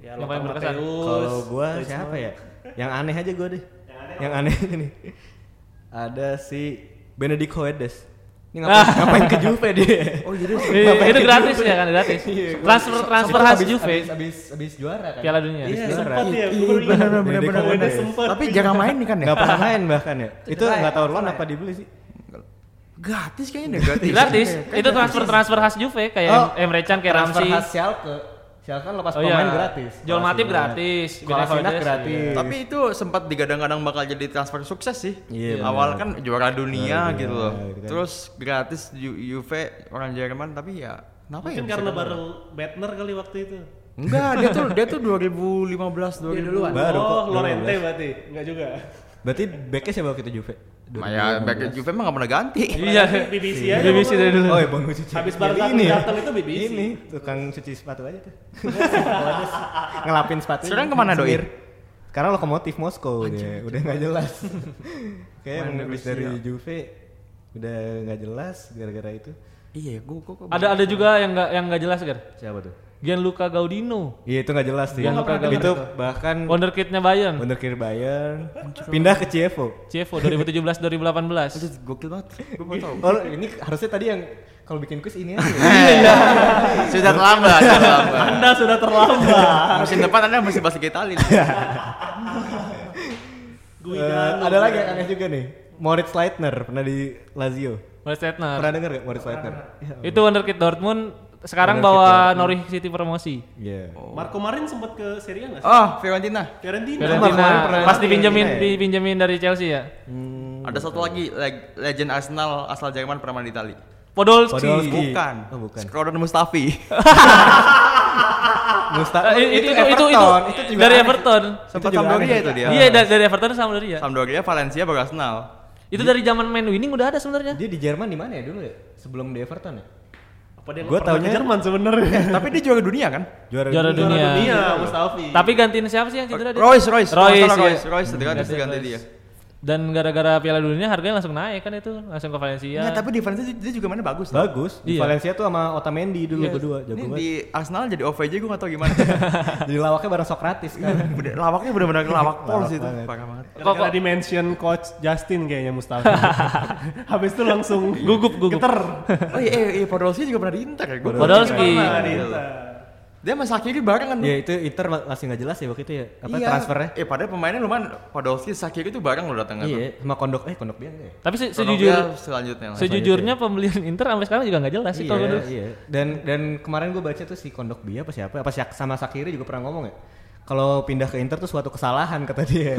Speaker 2: yang paling
Speaker 4: Lothar
Speaker 2: berkesan.
Speaker 1: kan?
Speaker 4: Matthäus.
Speaker 1: kalau gua siapa ya yang aneh aja gua deh yang aneh aja nih ada si Benedict Hoedes ini ngapain, ngapain ke Juve dia oh jadi
Speaker 2: Iya, Itu gratis ya kan, gratis. Transfer transfer khas Juve,
Speaker 1: abis, abis, abis juara kan
Speaker 2: Piala Dunia.
Speaker 1: Iya.
Speaker 4: Iya,
Speaker 1: Juara.
Speaker 4: sempat ya.
Speaker 1: Iya, bener,
Speaker 4: Bener bener
Speaker 1: bener,
Speaker 4: bener
Speaker 1: bener, bener.
Speaker 4: sempat.
Speaker 3: Tapi jarang main nih kan ya?
Speaker 1: nggak pernah main bahkan ya itu
Speaker 5: Cedera ya,
Speaker 1: nggak tahu loan
Speaker 5: cedera
Speaker 1: apa
Speaker 5: ya.
Speaker 1: dibeli sih
Speaker 3: Gratis kayaknya deh
Speaker 1: *laughs*
Speaker 3: gratis
Speaker 2: Gratis. Itu transfer-transfer khas Juve kayak
Speaker 1: Oh,
Speaker 2: Em- Emre Can, kayak
Speaker 1: transfer
Speaker 2: Ramsey.
Speaker 1: khas Schalke Schalke lepas
Speaker 2: Oh,
Speaker 1: pemain
Speaker 2: iya.
Speaker 1: gratis
Speaker 2: Joel Matip gratis, Benavides,
Speaker 1: Kolasinac
Speaker 2: iya.
Speaker 1: gratis
Speaker 3: Tapi itu sempat digadang-gadang bakal jadi transfer sukses sih.
Speaker 1: Iya,
Speaker 3: Awal kan juara dunia
Speaker 1: Juara
Speaker 3: gitu
Speaker 1: dunia,
Speaker 3: loh.
Speaker 1: gitu kan.
Speaker 3: Terus gratis Ju- Juve orang Jerman tapi ya kenapa ya?
Speaker 4: Mungkin
Speaker 3: bisa
Speaker 4: karena
Speaker 3: kenapa?
Speaker 4: bareng Bettner kali waktu itu.
Speaker 3: Enggak, dia tuh dia tuh 2015
Speaker 5: Dia
Speaker 3: 2000.
Speaker 5: duluan.
Speaker 1: Baru kok,
Speaker 4: oh, Lorente
Speaker 1: 12.
Speaker 4: berarti. Enggak juga.
Speaker 1: berarti backnya siapa waktu itu Juve
Speaker 3: Maya back ya, Juve mah gak pernah
Speaker 1: *laughs*
Speaker 3: ganti.
Speaker 2: Iya. *laughs*
Speaker 4: BBC aja.
Speaker 2: BBC dari dulu.
Speaker 1: Oh ya bang cuci. ya.
Speaker 4: Habis Barzagli datang itu BBC.
Speaker 1: Ini tukang cuci sepatu aja tuh. *laughs* Waduh, Ngelapin sepatu.
Speaker 3: Sekarang kemana, Doi?
Speaker 1: Karena lokomotif Moskow dia, udah nggak jelas. Kayak menulis dari Juve udah nggak jelas gara-gara itu.
Speaker 3: Iya, gua kok
Speaker 2: Ada ada juga yang nggak yang nggak jelas, Ger.
Speaker 1: Siapa tuh?
Speaker 2: Gianluca Gaudino.
Speaker 1: Iya itu nggak jelas sih.
Speaker 2: Gua nggak pernah
Speaker 1: Itu bahkan
Speaker 2: Wonderkidnya Bayern.
Speaker 1: Wonderkid Bayern pindah ke Cievo.
Speaker 2: CFO 2017 2018.
Speaker 3: gokil banget. Gua mau tahu.
Speaker 1: Oh ini harusnya tadi yang kalau bikin kuis ini aja. ya.
Speaker 3: Iya. Sudah terlambat, sudah terlambat.
Speaker 4: Anda sudah terlambat.
Speaker 3: Musim depan Anda masih bahas ke
Speaker 1: *laughs*
Speaker 3: Itali.
Speaker 1: Eh, ada lagi yang aneh juga nih. Moritz Leitner pernah di Lazio.
Speaker 2: Moritz Leitner.
Speaker 1: Pernah denger gak Moritz Leitner?
Speaker 2: Itu wonderkid Dortmund sekarang
Speaker 1: Wonderkid
Speaker 2: bawa Norwich City promosi.
Speaker 1: Iya.
Speaker 4: Marco Marin sempat ke Serie A enggak sih?
Speaker 3: Oh, Fiorentina.
Speaker 4: Fiorentina.
Speaker 1: kemarin pernah
Speaker 2: Fiorentina pas
Speaker 1: Fiorentina
Speaker 2: dipinjemin
Speaker 1: ya?
Speaker 2: dipinjemin dari Chelsea ya.
Speaker 3: Ada satu lagi leg- legend Arsenal asal Jerman pernah main di Itali.
Speaker 2: Podolski.
Speaker 1: Podolski.
Speaker 3: Bukan.
Speaker 1: Oh, bukan.
Speaker 3: Skrodon Mustafi.
Speaker 1: Musta
Speaker 2: Eh, i- itu, itu, itu, itu,
Speaker 1: Everton, juga
Speaker 2: dari
Speaker 1: aneh.
Speaker 2: Everton.
Speaker 3: *laughs* Sempat
Speaker 1: juga
Speaker 3: Sampdoria
Speaker 1: aneh.
Speaker 3: itu dia.
Speaker 2: Iya da- dari Everton sama Sampdoria.
Speaker 3: Iya. Sampdoria, Valencia, baru Arsenal.
Speaker 2: Itu dari zaman main winning udah ada sebenarnya.
Speaker 1: Dia di Jerman di mana ya dulu ya? Sebelum di Everton ya?
Speaker 4: Apa dia
Speaker 1: Gua
Speaker 4: nggak pernah
Speaker 1: taunya- Iya.
Speaker 4: ke Jerman sebenarnya?
Speaker 3: Eh, Tapi dia juara dunia kan?
Speaker 2: Juara
Speaker 4: Juara
Speaker 2: Dunia.
Speaker 4: dunia Mustafi.
Speaker 2: Tapi gantiin siapa sih yang cedera dia?
Speaker 3: Royce, Royce, kalau nggak
Speaker 2: Royce,
Speaker 3: salah Royce,
Speaker 2: iya.
Speaker 3: Royce, dia ganti-
Speaker 2: Gantiin
Speaker 3: ganti
Speaker 2: Royce.
Speaker 3: dia.
Speaker 2: Dan gara-gara Piala Dunia harganya langsung naik kan itu, langsung ke
Speaker 1: Ya.
Speaker 2: Valencia.
Speaker 3: Nggak,
Speaker 5: Iya,
Speaker 3: tapi di Valencia dia juga mainnya
Speaker 1: *laughs*
Speaker 3: bagus. loh.
Speaker 1: Bagus. Di
Speaker 2: Iya.
Speaker 1: Valencia tuh sama Otamendi dulu
Speaker 3: Iya.
Speaker 1: berdua jago
Speaker 3: Ini
Speaker 1: banget.
Speaker 3: di Arsenal jadi OVJ gue gak tau gimana. *laughs*
Speaker 1: Jadi lawaknya bareng Sokratis kan.
Speaker 3: Bener- lawaknya benar-benar lawak pol
Speaker 1: Lawak
Speaker 3: sih itu.
Speaker 1: banget.
Speaker 3: Parah banget.
Speaker 2: Kok-
Speaker 4: Karena
Speaker 2: kok-
Speaker 4: di mention coach Justin kayaknya Mustafi. Habis itu langsung
Speaker 2: Gugup, gugup.
Speaker 4: Keter.
Speaker 3: Oh iya, iya, iya, Podolski juga pernah di Inter ya. Gua
Speaker 2: Podolski.
Speaker 4: Nah, di Inter.
Speaker 3: Dia sama Sakiri barengan.
Speaker 1: ya itu Inter ma- masih nggak jelas ya waktu itu ya. Apa
Speaker 3: Iya.
Speaker 1: transfernya?
Speaker 3: Eh padahal pemainnya lumayan Podolski Sakiri itu bareng lo datang kan.
Speaker 1: Iya, sama Kondok eh Kondok dia nggak ya?
Speaker 2: Tapi se-
Speaker 3: Sejujurnya
Speaker 2: sejujur
Speaker 3: selanjutnya lah.
Speaker 2: sejujurnya pembelian Inter sampai sekarang juga nggak jelas sih kalau
Speaker 1: Iya,
Speaker 2: menurut-
Speaker 1: iya. Dan dan kemarin gue baca tuh si Kondok Bia apa siapa apa Syak- sama Sakiri juga pernah ngomong ya. Kalau pindah ke Inter tuh suatu kesalahan kata dia.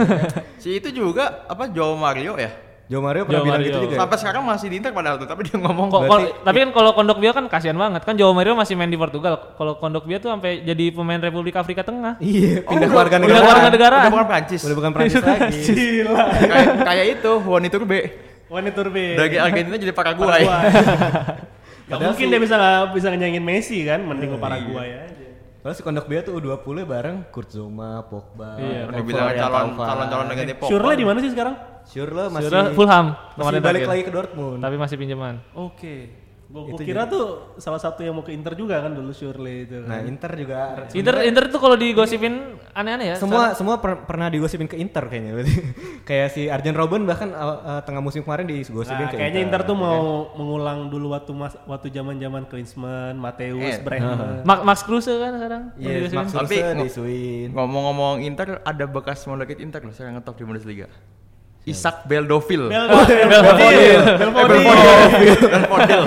Speaker 3: Si itu juga apa Joao Mario ya?
Speaker 1: Jo Mario pernah
Speaker 2: Jo
Speaker 1: bilang
Speaker 2: Mario.
Speaker 1: gitu juga. ya?
Speaker 3: Sampai sekarang masih di Inter padahal tuh, tapi dia ngomong "Oh,
Speaker 2: Kok-
Speaker 1: Berarti-
Speaker 2: kol- tapi kan kalau Kondok Bia kan kasihan banget kan Joao Mario masih main di Portugal. Kalau Kondok Bia tuh sampai jadi pemain Republik Afrika Tengah.
Speaker 1: Iya,
Speaker 3: Oh,
Speaker 1: pindah
Speaker 3: udah-
Speaker 1: keluarga
Speaker 2: udah
Speaker 1: negara.
Speaker 2: keluarga negara.
Speaker 3: Udah bukan Prancis.
Speaker 1: Udah bukan Prancis lagi.
Speaker 4: Gila.
Speaker 3: kayak kayak itu Juan Iturbe.
Speaker 4: Wanita Turbe.
Speaker 3: Dari Argentina jadi Paraguay.
Speaker 4: *laughs* Gak mungkin dia bisa bisa nyanyiin Messi kan, mending ke Paraguay aja.
Speaker 1: Kalau si Kondok Bia tuh U20 bareng Kurt Zouma, Pogba,
Speaker 2: Iya,
Speaker 3: Udah bilang calon calon calon dengan Depok.
Speaker 4: Surely di mana sih sekarang?
Speaker 1: Sure lo masih
Speaker 2: Sudah Fulham
Speaker 1: masih
Speaker 2: kemarin Iya.
Speaker 1: balik
Speaker 2: terakhir.
Speaker 1: lagi ke Dortmund.
Speaker 2: Tapi masih pinjaman.
Speaker 4: Oke. Gua gua
Speaker 1: Itu
Speaker 4: kira tuh salah satu yang mau ke Inter juga kan dulu Surely itu.
Speaker 1: Nah,
Speaker 4: kan.
Speaker 1: Inter juga
Speaker 2: Inter Inter tuh kalau digosipin aneh-aneh ya.
Speaker 1: semua semua per- pernah digosipin ke Inter kayaknya *laughs* berarti. Kayak si Arjen Robben bahkan awal- eh, tengah musim kemarin digosipin
Speaker 4: Nah,
Speaker 1: ke Iya,
Speaker 4: kayaknya Inter tuh mau mengulang dulu waktu mas, waktu zaman-zaman Klinsmann, Mateus,
Speaker 3: Eh,
Speaker 4: Bremen.
Speaker 2: Max, Max Kruse kan sekarang.
Speaker 1: Iya,
Speaker 2: digosipin.
Speaker 1: Max Tapi
Speaker 3: Tapi-
Speaker 1: disuin.
Speaker 3: Ngomong-ngomong Inter ada bekas mau Inter loh, saya ngetop di Bundesliga. Isak Beldovil.
Speaker 2: Belfodil.
Speaker 3: Belfodil.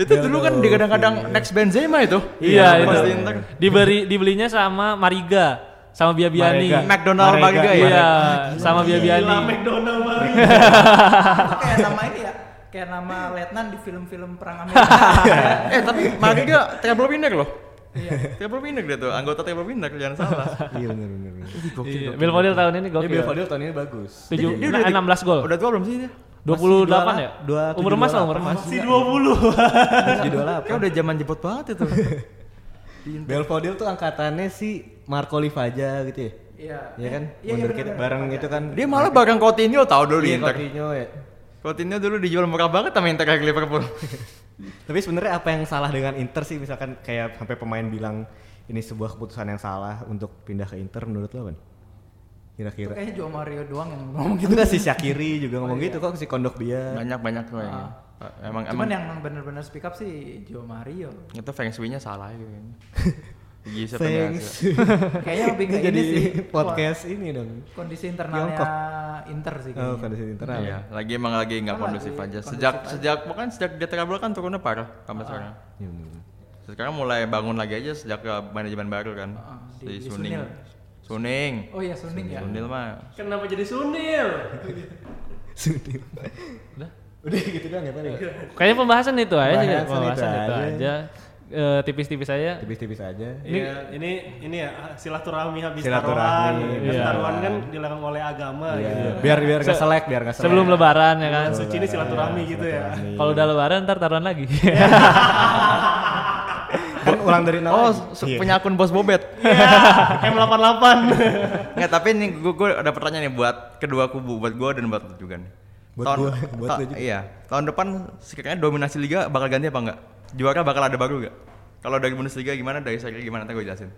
Speaker 3: itu dulu kan digadang-gadang next Benzema itu.
Speaker 2: Iya itu.
Speaker 3: Pasti Inter.
Speaker 2: Diberi dibelinya sama Mariga, sama Biabiani.
Speaker 4: Marega.
Speaker 3: McDonald
Speaker 4: Marega,
Speaker 3: Marega ya.
Speaker 2: Iya, sama
Speaker 1: Iya,
Speaker 2: Biabiani.
Speaker 4: McDonald banget.
Speaker 5: Itu kayak nama ini ya kayak nama letnan di film-film perang
Speaker 3: *laughs*
Speaker 1: *laughs*
Speaker 5: Amerika
Speaker 3: Eh tapi Marega treble winner loh. Iya. treble winner dia tuh, anggota treble winner jangan *laughs* salah.
Speaker 1: Iya benar benar.
Speaker 2: Iya, Belfodil tahun ini
Speaker 1: Tapi
Speaker 2: gokil.
Speaker 1: Belfodil tahun ini bagus.
Speaker 2: Tujuh,
Speaker 3: Dia- dia
Speaker 2: nah,
Speaker 3: udah di-
Speaker 2: 16 gol.
Speaker 3: Udah tua belum sih dia?
Speaker 2: 28 ya?
Speaker 1: dua-
Speaker 2: umur emas lah, umur
Speaker 1: 28
Speaker 2: emas. Iya.
Speaker 4: Si 20.
Speaker 1: Jadi dua
Speaker 3: Kayak udah zaman jemput banget itu.
Speaker 1: Belfodil tuh angkatannya si Marco Livaja gitu ya.
Speaker 5: iya
Speaker 1: Iya kan?
Speaker 5: iya,
Speaker 1: Wonderkid
Speaker 5: benar-benar.
Speaker 1: bareng itu kan.
Speaker 3: Dia malah bareng Coutinho tahu dulu
Speaker 1: Iya,
Speaker 3: di Inter.
Speaker 1: Coutinho ya.
Speaker 3: Coutinho dulu dijual murah banget sama Inter ke Liverpool.
Speaker 1: Tapi sebenarnya apa yang salah dengan Inter sih misalkan kayak sampai pemain bilang ini sebuah keputusan yang salah untuk pindah ke Inter menurut lo kan?
Speaker 5: itu
Speaker 1: Kira-kira.
Speaker 5: kayaknya Joe Mario doang yang ngomong gitu
Speaker 1: Itu kan si Syakiri juga
Speaker 5: Oh,
Speaker 1: ngomong
Speaker 5: iya.
Speaker 1: gitu kok si Kondok Bia.
Speaker 3: *laughs* Banyak-banyak tuh yang. Emang
Speaker 5: cuman
Speaker 3: emang
Speaker 5: yang benar-benar speak up sih Joe Mario
Speaker 3: itu Feng Shui-nya salah gitu. *laughs* Gigi
Speaker 1: Thanks.
Speaker 5: *laughs* kayaknya lebih
Speaker 1: Ini
Speaker 5: ke
Speaker 1: jadi
Speaker 5: ini sih
Speaker 1: podcast ini dong.
Speaker 5: kondisi internalnya
Speaker 1: Tiongkok.
Speaker 5: Inter sih
Speaker 1: Oh,
Speaker 5: kayaknya.
Speaker 1: kondisi internal.
Speaker 3: Iya, lagi emang lagi nggak
Speaker 5: Emang
Speaker 3: iya. kondusif
Speaker 5: lagi
Speaker 3: aja.
Speaker 5: kondusif
Speaker 3: Sejak
Speaker 5: aja.
Speaker 3: sejak bukan sejak dia terabel kan turunnya parah sampai sekarang.
Speaker 1: Iya, bener. *laughs*
Speaker 3: Sekarang mulai bangun lagi aja sejak ke manajemen baru kan.
Speaker 5: Ah,
Speaker 3: Si
Speaker 5: di- di
Speaker 3: Suning.
Speaker 5: Sunil.
Speaker 3: Suning.
Speaker 5: oh iya Suning ya
Speaker 3: Sunil mah.
Speaker 4: Kenapa jadi Sunil?
Speaker 1: Sudah.
Speaker 2: Udah?
Speaker 1: Udah gitu kan ya paling.
Speaker 5: Iya.
Speaker 2: Kayaknya pembahasan itu aja sih,
Speaker 1: Pembahasan itu
Speaker 2: pembahasan itu
Speaker 1: aja.
Speaker 2: aja. Eh, tipis-tipis aja.
Speaker 1: Tipis-tipis aja.
Speaker 4: Iya, ini ini ya silaturahmi habis
Speaker 1: Silaturahmi,
Speaker 4: taruhan. Habis
Speaker 1: iya.
Speaker 4: taruhan kan dilarang oleh agama gitu.
Speaker 1: Iya. Biar biar nggak
Speaker 2: Se-
Speaker 1: selek, biar nggak selek. kan, iya.
Speaker 2: Sebelum lebaran
Speaker 4: Iya
Speaker 2: ya kan.
Speaker 4: Suci ini silaturahmi gitu ya.
Speaker 1: Silaturahmi.
Speaker 2: Kalau udah lebaran ntar taruhan lagi.
Speaker 1: Iya, kan ulang dari nol.
Speaker 3: Oh,
Speaker 1: lagi.
Speaker 3: su-
Speaker 1: Iya.
Speaker 3: punya akun Bos Bobet. *laughs*
Speaker 4: Iya, M88.
Speaker 3: Nggak, tapi ini gue, gue ada pertanyaan nih buat kedua kubu, buat gue dan buat lu juga nih.
Speaker 1: Buat
Speaker 3: Tahun-
Speaker 1: gua, buat
Speaker 3: ta-
Speaker 1: lu juga.
Speaker 3: Iya, tahun depan sekiranya dominasi liga bakal ganti apa enggak? Juara bakal ada baru enggak? Kalau dari Bundesliga gimana, dari Serie A gimana nanti gue jelasin.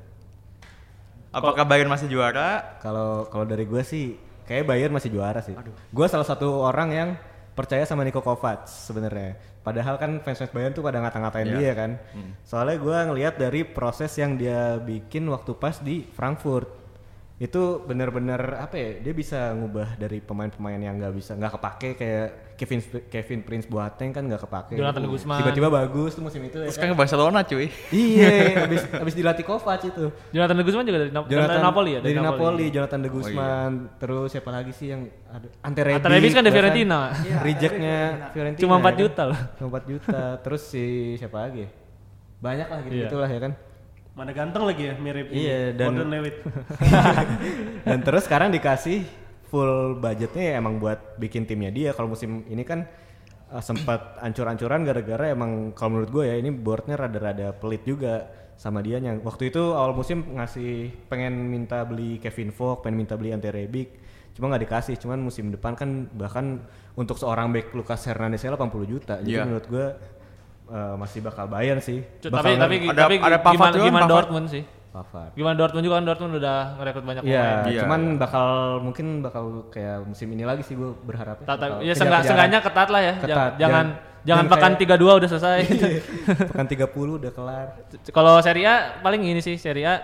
Speaker 3: Apakah Bayern masih
Speaker 5: Eh,
Speaker 3: juara?
Speaker 1: Kalau kalau dari gue sih kayak Bayern masih juara sih. Gue salah satu orang yang percaya sama Niko Kovac sebenarnya. Padahal kan fans-fans Bayern tuh pada ngata-ngatain
Speaker 3: Iya.
Speaker 1: dia kan.
Speaker 2: Hmm.
Speaker 1: Soalnya gue ngelihat dari proses yang dia bikin waktu pas di Frankfurt itu bener-bener apa ya dia bisa ngubah dari pemain-pemain yang nggak bisa nggak kepake kayak Kevin Kevin Prince Boateng kan nggak kepake
Speaker 2: Jonathan Guzman.
Speaker 1: tiba-tiba bagus tuh musim itu ya
Speaker 3: Terus
Speaker 1: kan?
Speaker 3: kan ke Barcelona
Speaker 5: eh.
Speaker 3: cuy.
Speaker 1: iya abis abis dilatih Kovac itu
Speaker 2: *laughs* Jonathan Guzman juga dari, Nap-
Speaker 1: Jonathan
Speaker 2: dari Napoli ya?
Speaker 1: Dari, Napoli, Jonathan de Guzman, terus siapa lagi sih yang ada Ante Rebic.
Speaker 2: Ante Rebic kan dari
Speaker 1: bahkan
Speaker 2: Fiorentina.
Speaker 5: Iya,
Speaker 1: Rejectnya
Speaker 5: Ante Rebic
Speaker 1: Fiorentina.
Speaker 2: Cuma 4
Speaker 1: ya kan?
Speaker 2: juta loh.
Speaker 1: Cuma 4 juta. terus si siapa lagi? ya? Banyak lah gitu gitulah ya kan.
Speaker 4: Mana ganteng lagi ya mirip ini,
Speaker 1: Iya, dan-
Speaker 4: Gordon Lewitt. *laughs*
Speaker 1: *laughs* Dan terus sekarang dikasih full budgetnya ya emang buat bikin timnya dia. Kalau musim ini kan eh, sempat ancur-ancuran gara-gara emang kalau menurut gue ya ini boardnya rada-rada pelit juga sama dianya. Waktu itu awal musim ngasih pengen minta beli Kevin Vogt, pengen minta beli Ante Rebic, cuma nggak dikasih. Cuman musim depan kan bahkan untuk seorang back Lucas Hernandez aja 80 juta. Jadi
Speaker 3: Iya.
Speaker 1: menurut gue eh, masih bakal bayar sih.
Speaker 2: Cuk,
Speaker 1: Bakal
Speaker 2: tapi
Speaker 1: nge-
Speaker 2: tapi,
Speaker 3: Ada-
Speaker 2: tapi
Speaker 3: ada Pavard
Speaker 2: gimana,
Speaker 3: juga kan,
Speaker 2: gimana
Speaker 3: Pavard.
Speaker 2: Dortmund sih?
Speaker 1: Pavard.
Speaker 2: Gimana Dortmund juga kan Dortmund udah ngerekrut banyak
Speaker 1: Iya,
Speaker 2: pemain.
Speaker 3: Iya.
Speaker 1: cuman bakal mungkin bakal kayak musim ini lagi sih gue berharapnya.
Speaker 2: Ta- ta-
Speaker 1: bakal
Speaker 2: ya
Speaker 1: kejar-kejaran.
Speaker 2: sengga- seenggaknya ketat lah ya.
Speaker 1: Ketat,
Speaker 2: Jangan jangan,
Speaker 1: jangan- jangan
Speaker 2: pekan
Speaker 1: kayak-
Speaker 2: 32 udah selesai.
Speaker 1: *laughs* Pekan 30 udah kelar.
Speaker 2: Kalau Serie A paling ini sih Serie A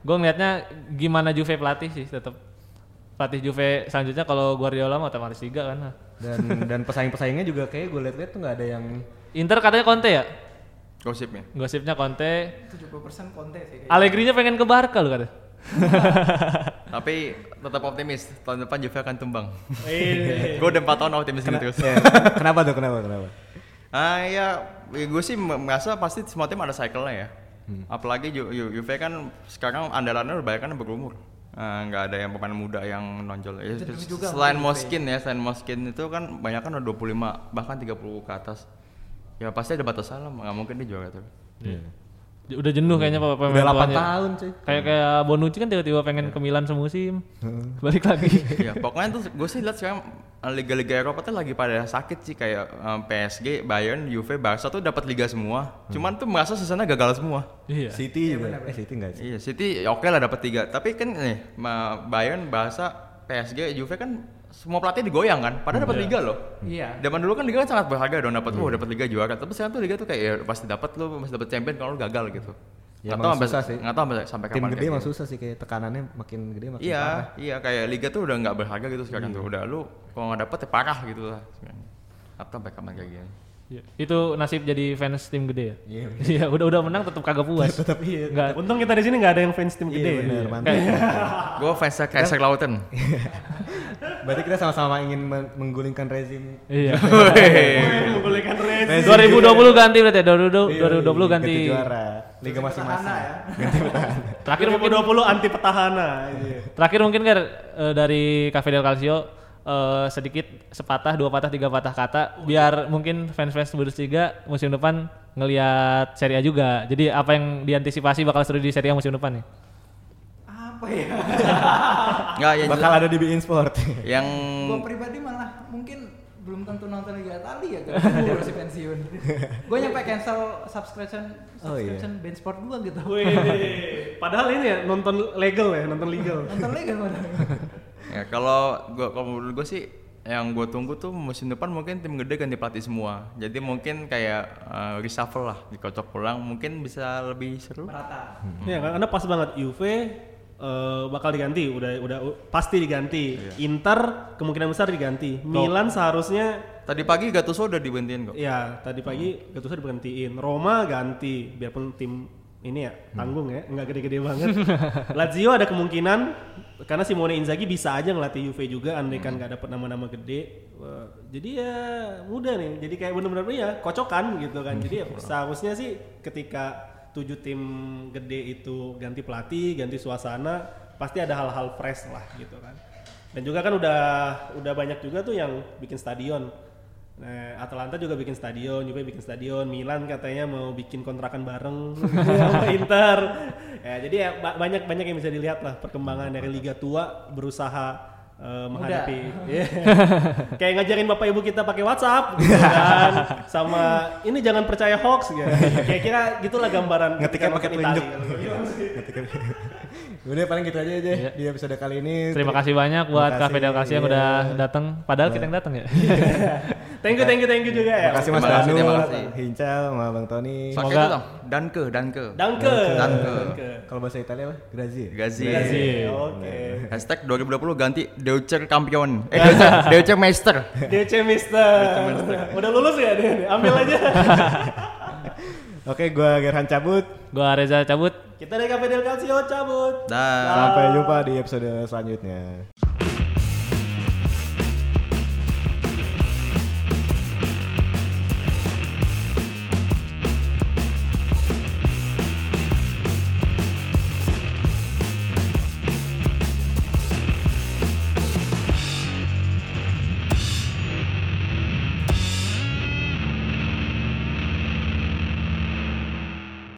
Speaker 2: gue ngelihatnya gimana Juve pelatih sih tetap pelatih Juve selanjutnya kalau Guardiola mah otomatis tiga kan.
Speaker 1: Dan dan pesaing-pesaingnya juga kayak gue liat-liat tuh nggak ada yang
Speaker 2: Inter katanya Conte ya?
Speaker 3: Gosipnya.
Speaker 2: Gosipnya Conte.
Speaker 5: 70% konten sih kayaknya.
Speaker 2: Allegri-nya pengen ke Barca loh katanya.
Speaker 3: Tapi tetap optimis, tahun depan Juve akan tumbang.
Speaker 4: Iya.
Speaker 3: gue udah 4 tahun optimis gitu terus.
Speaker 5: iya.
Speaker 3: *laughs*
Speaker 1: Ya, kenapa tuh kenapa kenapa?
Speaker 3: Ah ya, gue sih me- merasa pasti semua tim ada cycle-nya ya.
Speaker 5: Hmm.
Speaker 3: Apalagi Ju- Ju- Juve kan sekarang andalannya udah banyak kan yang berumur. Ah, nggak ada yang pemain muda yang nonjol. Ya,
Speaker 5: Itu
Speaker 3: se-
Speaker 5: juga
Speaker 3: selain
Speaker 5: sama Juve.
Speaker 3: Moskin ya, selain Moskin itu kan banyak kan udah 25 bahkan 30 ke atas. Ya pasti ada batasan lah, nggak mungkin dia juara
Speaker 5: *laughs*
Speaker 3: tuh.
Speaker 2: Udah jenuh kayaknya pemain
Speaker 1: Udah 8
Speaker 2: tuanya.
Speaker 1: tahun cuy.
Speaker 2: Kayak kayak Bonucci kan tiba-tiba pengen ke Milan semusim. Balik
Speaker 1: *laughs*
Speaker 2: lagi.
Speaker 3: ya pokoknya tuh gue sih lihat sekarang eh, liga-liga Eropa tuh lagi pada sakit sih kayak eh, PSG, Bayern, Juve, Barca tuh dapat liga semua.
Speaker 5: Hmm.
Speaker 3: Cuman tuh merasa sisanya gagal semua.
Speaker 2: iya.
Speaker 1: City juga. Eh City enggak sih?
Speaker 3: Iya, City ya oke lah dapat tiga. Tapi kan nih, ma- Bayern, Barca, PSG, Juve kan semua pelatih digoyang kan. Padahal dapat liga loh.
Speaker 5: iya
Speaker 3: Zaman dulu kan liga kan sangat
Speaker 1: Iya.
Speaker 3: berharga dong dapat, wah dapat liga juara. Tapi sekarang tuh liga tuh kayak ya, pasti dapat lo masih dapat champion kalau lo gagal gitu.
Speaker 1: Ya,
Speaker 3: Nggak
Speaker 1: emang
Speaker 3: sampai-
Speaker 1: susah sih.
Speaker 3: nggak tahu sampai, sampai
Speaker 1: Tim
Speaker 3: kapan
Speaker 1: gede
Speaker 3: kayak
Speaker 1: emang
Speaker 3: gitu.
Speaker 1: susah sih kayak tekanannya makin gede makin
Speaker 3: Iya,
Speaker 1: parah. Iya.
Speaker 3: iya kayak liga tuh udah nggak berharga gitu sekarang tuh. Udah lu kalau nggak dapet ya parah gitu lah. sekarang. Atau sampai kapan kayak gini?
Speaker 2: Iya. Itu nasib jadi fans tim gede ya?
Speaker 1: Iya.
Speaker 2: Iya, udah udah menang tetap kagak
Speaker 1: *laughs*
Speaker 2: puas. tetap iya. Enggak.
Speaker 4: Untung kita di sini nggak ada yang fans tim
Speaker 1: Iya
Speaker 4: gede.
Speaker 1: benar,
Speaker 4: Iya.
Speaker 1: mantap.
Speaker 3: Gue fansnya Kaiser Lauten.
Speaker 1: Iya. Berarti kita sama-sama ingin men- menggulingkan rezim.
Speaker 2: Iya.
Speaker 4: Membolehkan
Speaker 2: *laughs*
Speaker 4: Reds.
Speaker 2: 2020 ganti berarti ya? 2020,
Speaker 1: Iya,
Speaker 2: 2020 ganti.
Speaker 1: juara. Liga masing-masing.
Speaker 5: ya.
Speaker 2: Terakhir mungkin
Speaker 4: 2020 anti petahana. Iya.
Speaker 2: terakhir mungkin Gar, eh, dari Cafe Del Calcio eh, sedikit sepatah, dua patah, tiga patah kata biar mungkin fans-fans Bundesliga musim depan ngelihat Serie A juga. Jadi apa yang diantisipasi bakal seru di Serie A musim depan nih?
Speaker 5: Apa ya?
Speaker 1: Hmm.
Speaker 3: Nggak, yang,
Speaker 1: Bakal ada di Bein Sport.
Speaker 3: yang
Speaker 5: Gua pribadi malah mungkin belum tentu nonton Liga Italia ya *laughs* gara-gara masih pensiun. Gua nyampe cancel subscription
Speaker 1: Oh, iya.
Speaker 5: subscription Ben Sport gua gitu.
Speaker 4: Wih, padahal ini ya nonton legal ya, nonton legal.
Speaker 5: Nonton Liga malah.
Speaker 3: ya kalau gua kalau menurut gue sih yang gue tunggu tuh musim depan mungkin tim gede ganti pelatih semua. Jadi mungkin kayak eh, reshuffle lah, dikocok ulang mungkin bisa lebih seru.
Speaker 5: Merata.
Speaker 4: Ya kan karena pas banget UV eh, bakal diganti, udah udah u- pasti diganti.
Speaker 1: Iya.
Speaker 4: Inter kemungkinan besar diganti. Milan seharusnya
Speaker 3: Tadi pagi Gattuso udah dibentiin kok.
Speaker 4: ya tadi pagi Gattuso diberhentiin. Roma ganti, biarpun tim ini ya tanggung ya, nggak gede-gede banget. Lazio ada kemungkinan karena Simone Inzaghi bisa aja ngelatih UV juga andai kan nggak dapet nama-nama gede. Eh, jadi ya mudah nih. Jadi kayak bener-bener ya kocokan gitu kan. Jadi ya seharusnya sih ketika tujuh tim gede itu ganti pelatih, ganti suasana, pasti ada hal-hal fresh lah gitu kan. Dan juga kan udah udah banyak juga tuh yang bikin stadion. Nah, Atalanta juga bikin stadion, juga bikin stadion. Milan katanya mau bikin kontrakan
Speaker 1: *laughs*
Speaker 4: bareng sama Inter. Ya, jadi ya ba- banyak banyak yang bisa dilihat lah perkembangan dari liga tua berusaha eh, menghadapi
Speaker 1: *laughs*
Speaker 4: Iya. kayak ngajarin bapak ibu kita pakai WhatsApp gitu
Speaker 1: *laughs*
Speaker 4: kan sama ini jangan percaya hoax gitu kira-kira gitulah gambaran
Speaker 1: Ngetiknya pakai Iya,
Speaker 4: nonton
Speaker 1: telunjuk. kan. *laughs* Udah paling gitu aja deh
Speaker 3: Iya.
Speaker 1: di episode kali ini.
Speaker 2: Terima kasih banyak buat
Speaker 1: Terima
Speaker 2: Cafe Del Calcio yang
Speaker 1: Iya.
Speaker 2: udah datang. Padahal kita yang datang ya.
Speaker 4: thank you thank you thank you juga ya
Speaker 1: Terima kasih Mas
Speaker 3: Terima kasih,
Speaker 1: Danu,
Speaker 3: terima kasih.
Speaker 1: Hincal, sama Bang Tony.
Speaker 3: Pakai itu dong, Danke, Danke.
Speaker 4: Danke.
Speaker 3: Danke.
Speaker 1: Kalau bahasa Italia apa? Grazie.
Speaker 3: Gazi.
Speaker 4: Gazi. Oke.
Speaker 3: Hashtag 2020 ganti Deutscher Kampion. Eh Deutscher, Deutscher
Speaker 4: *laughs*
Speaker 3: Meister.
Speaker 4: DC Mister. Udah lulus ya dia? nih? Ambil aja.
Speaker 1: Oke, gua Gerhan cabut.
Speaker 2: Gua Reza cabut.
Speaker 4: Kita dari Cafe Del Calcio cabut.
Speaker 3: Dah.
Speaker 1: Sampai jumpa di episode selanjutnya.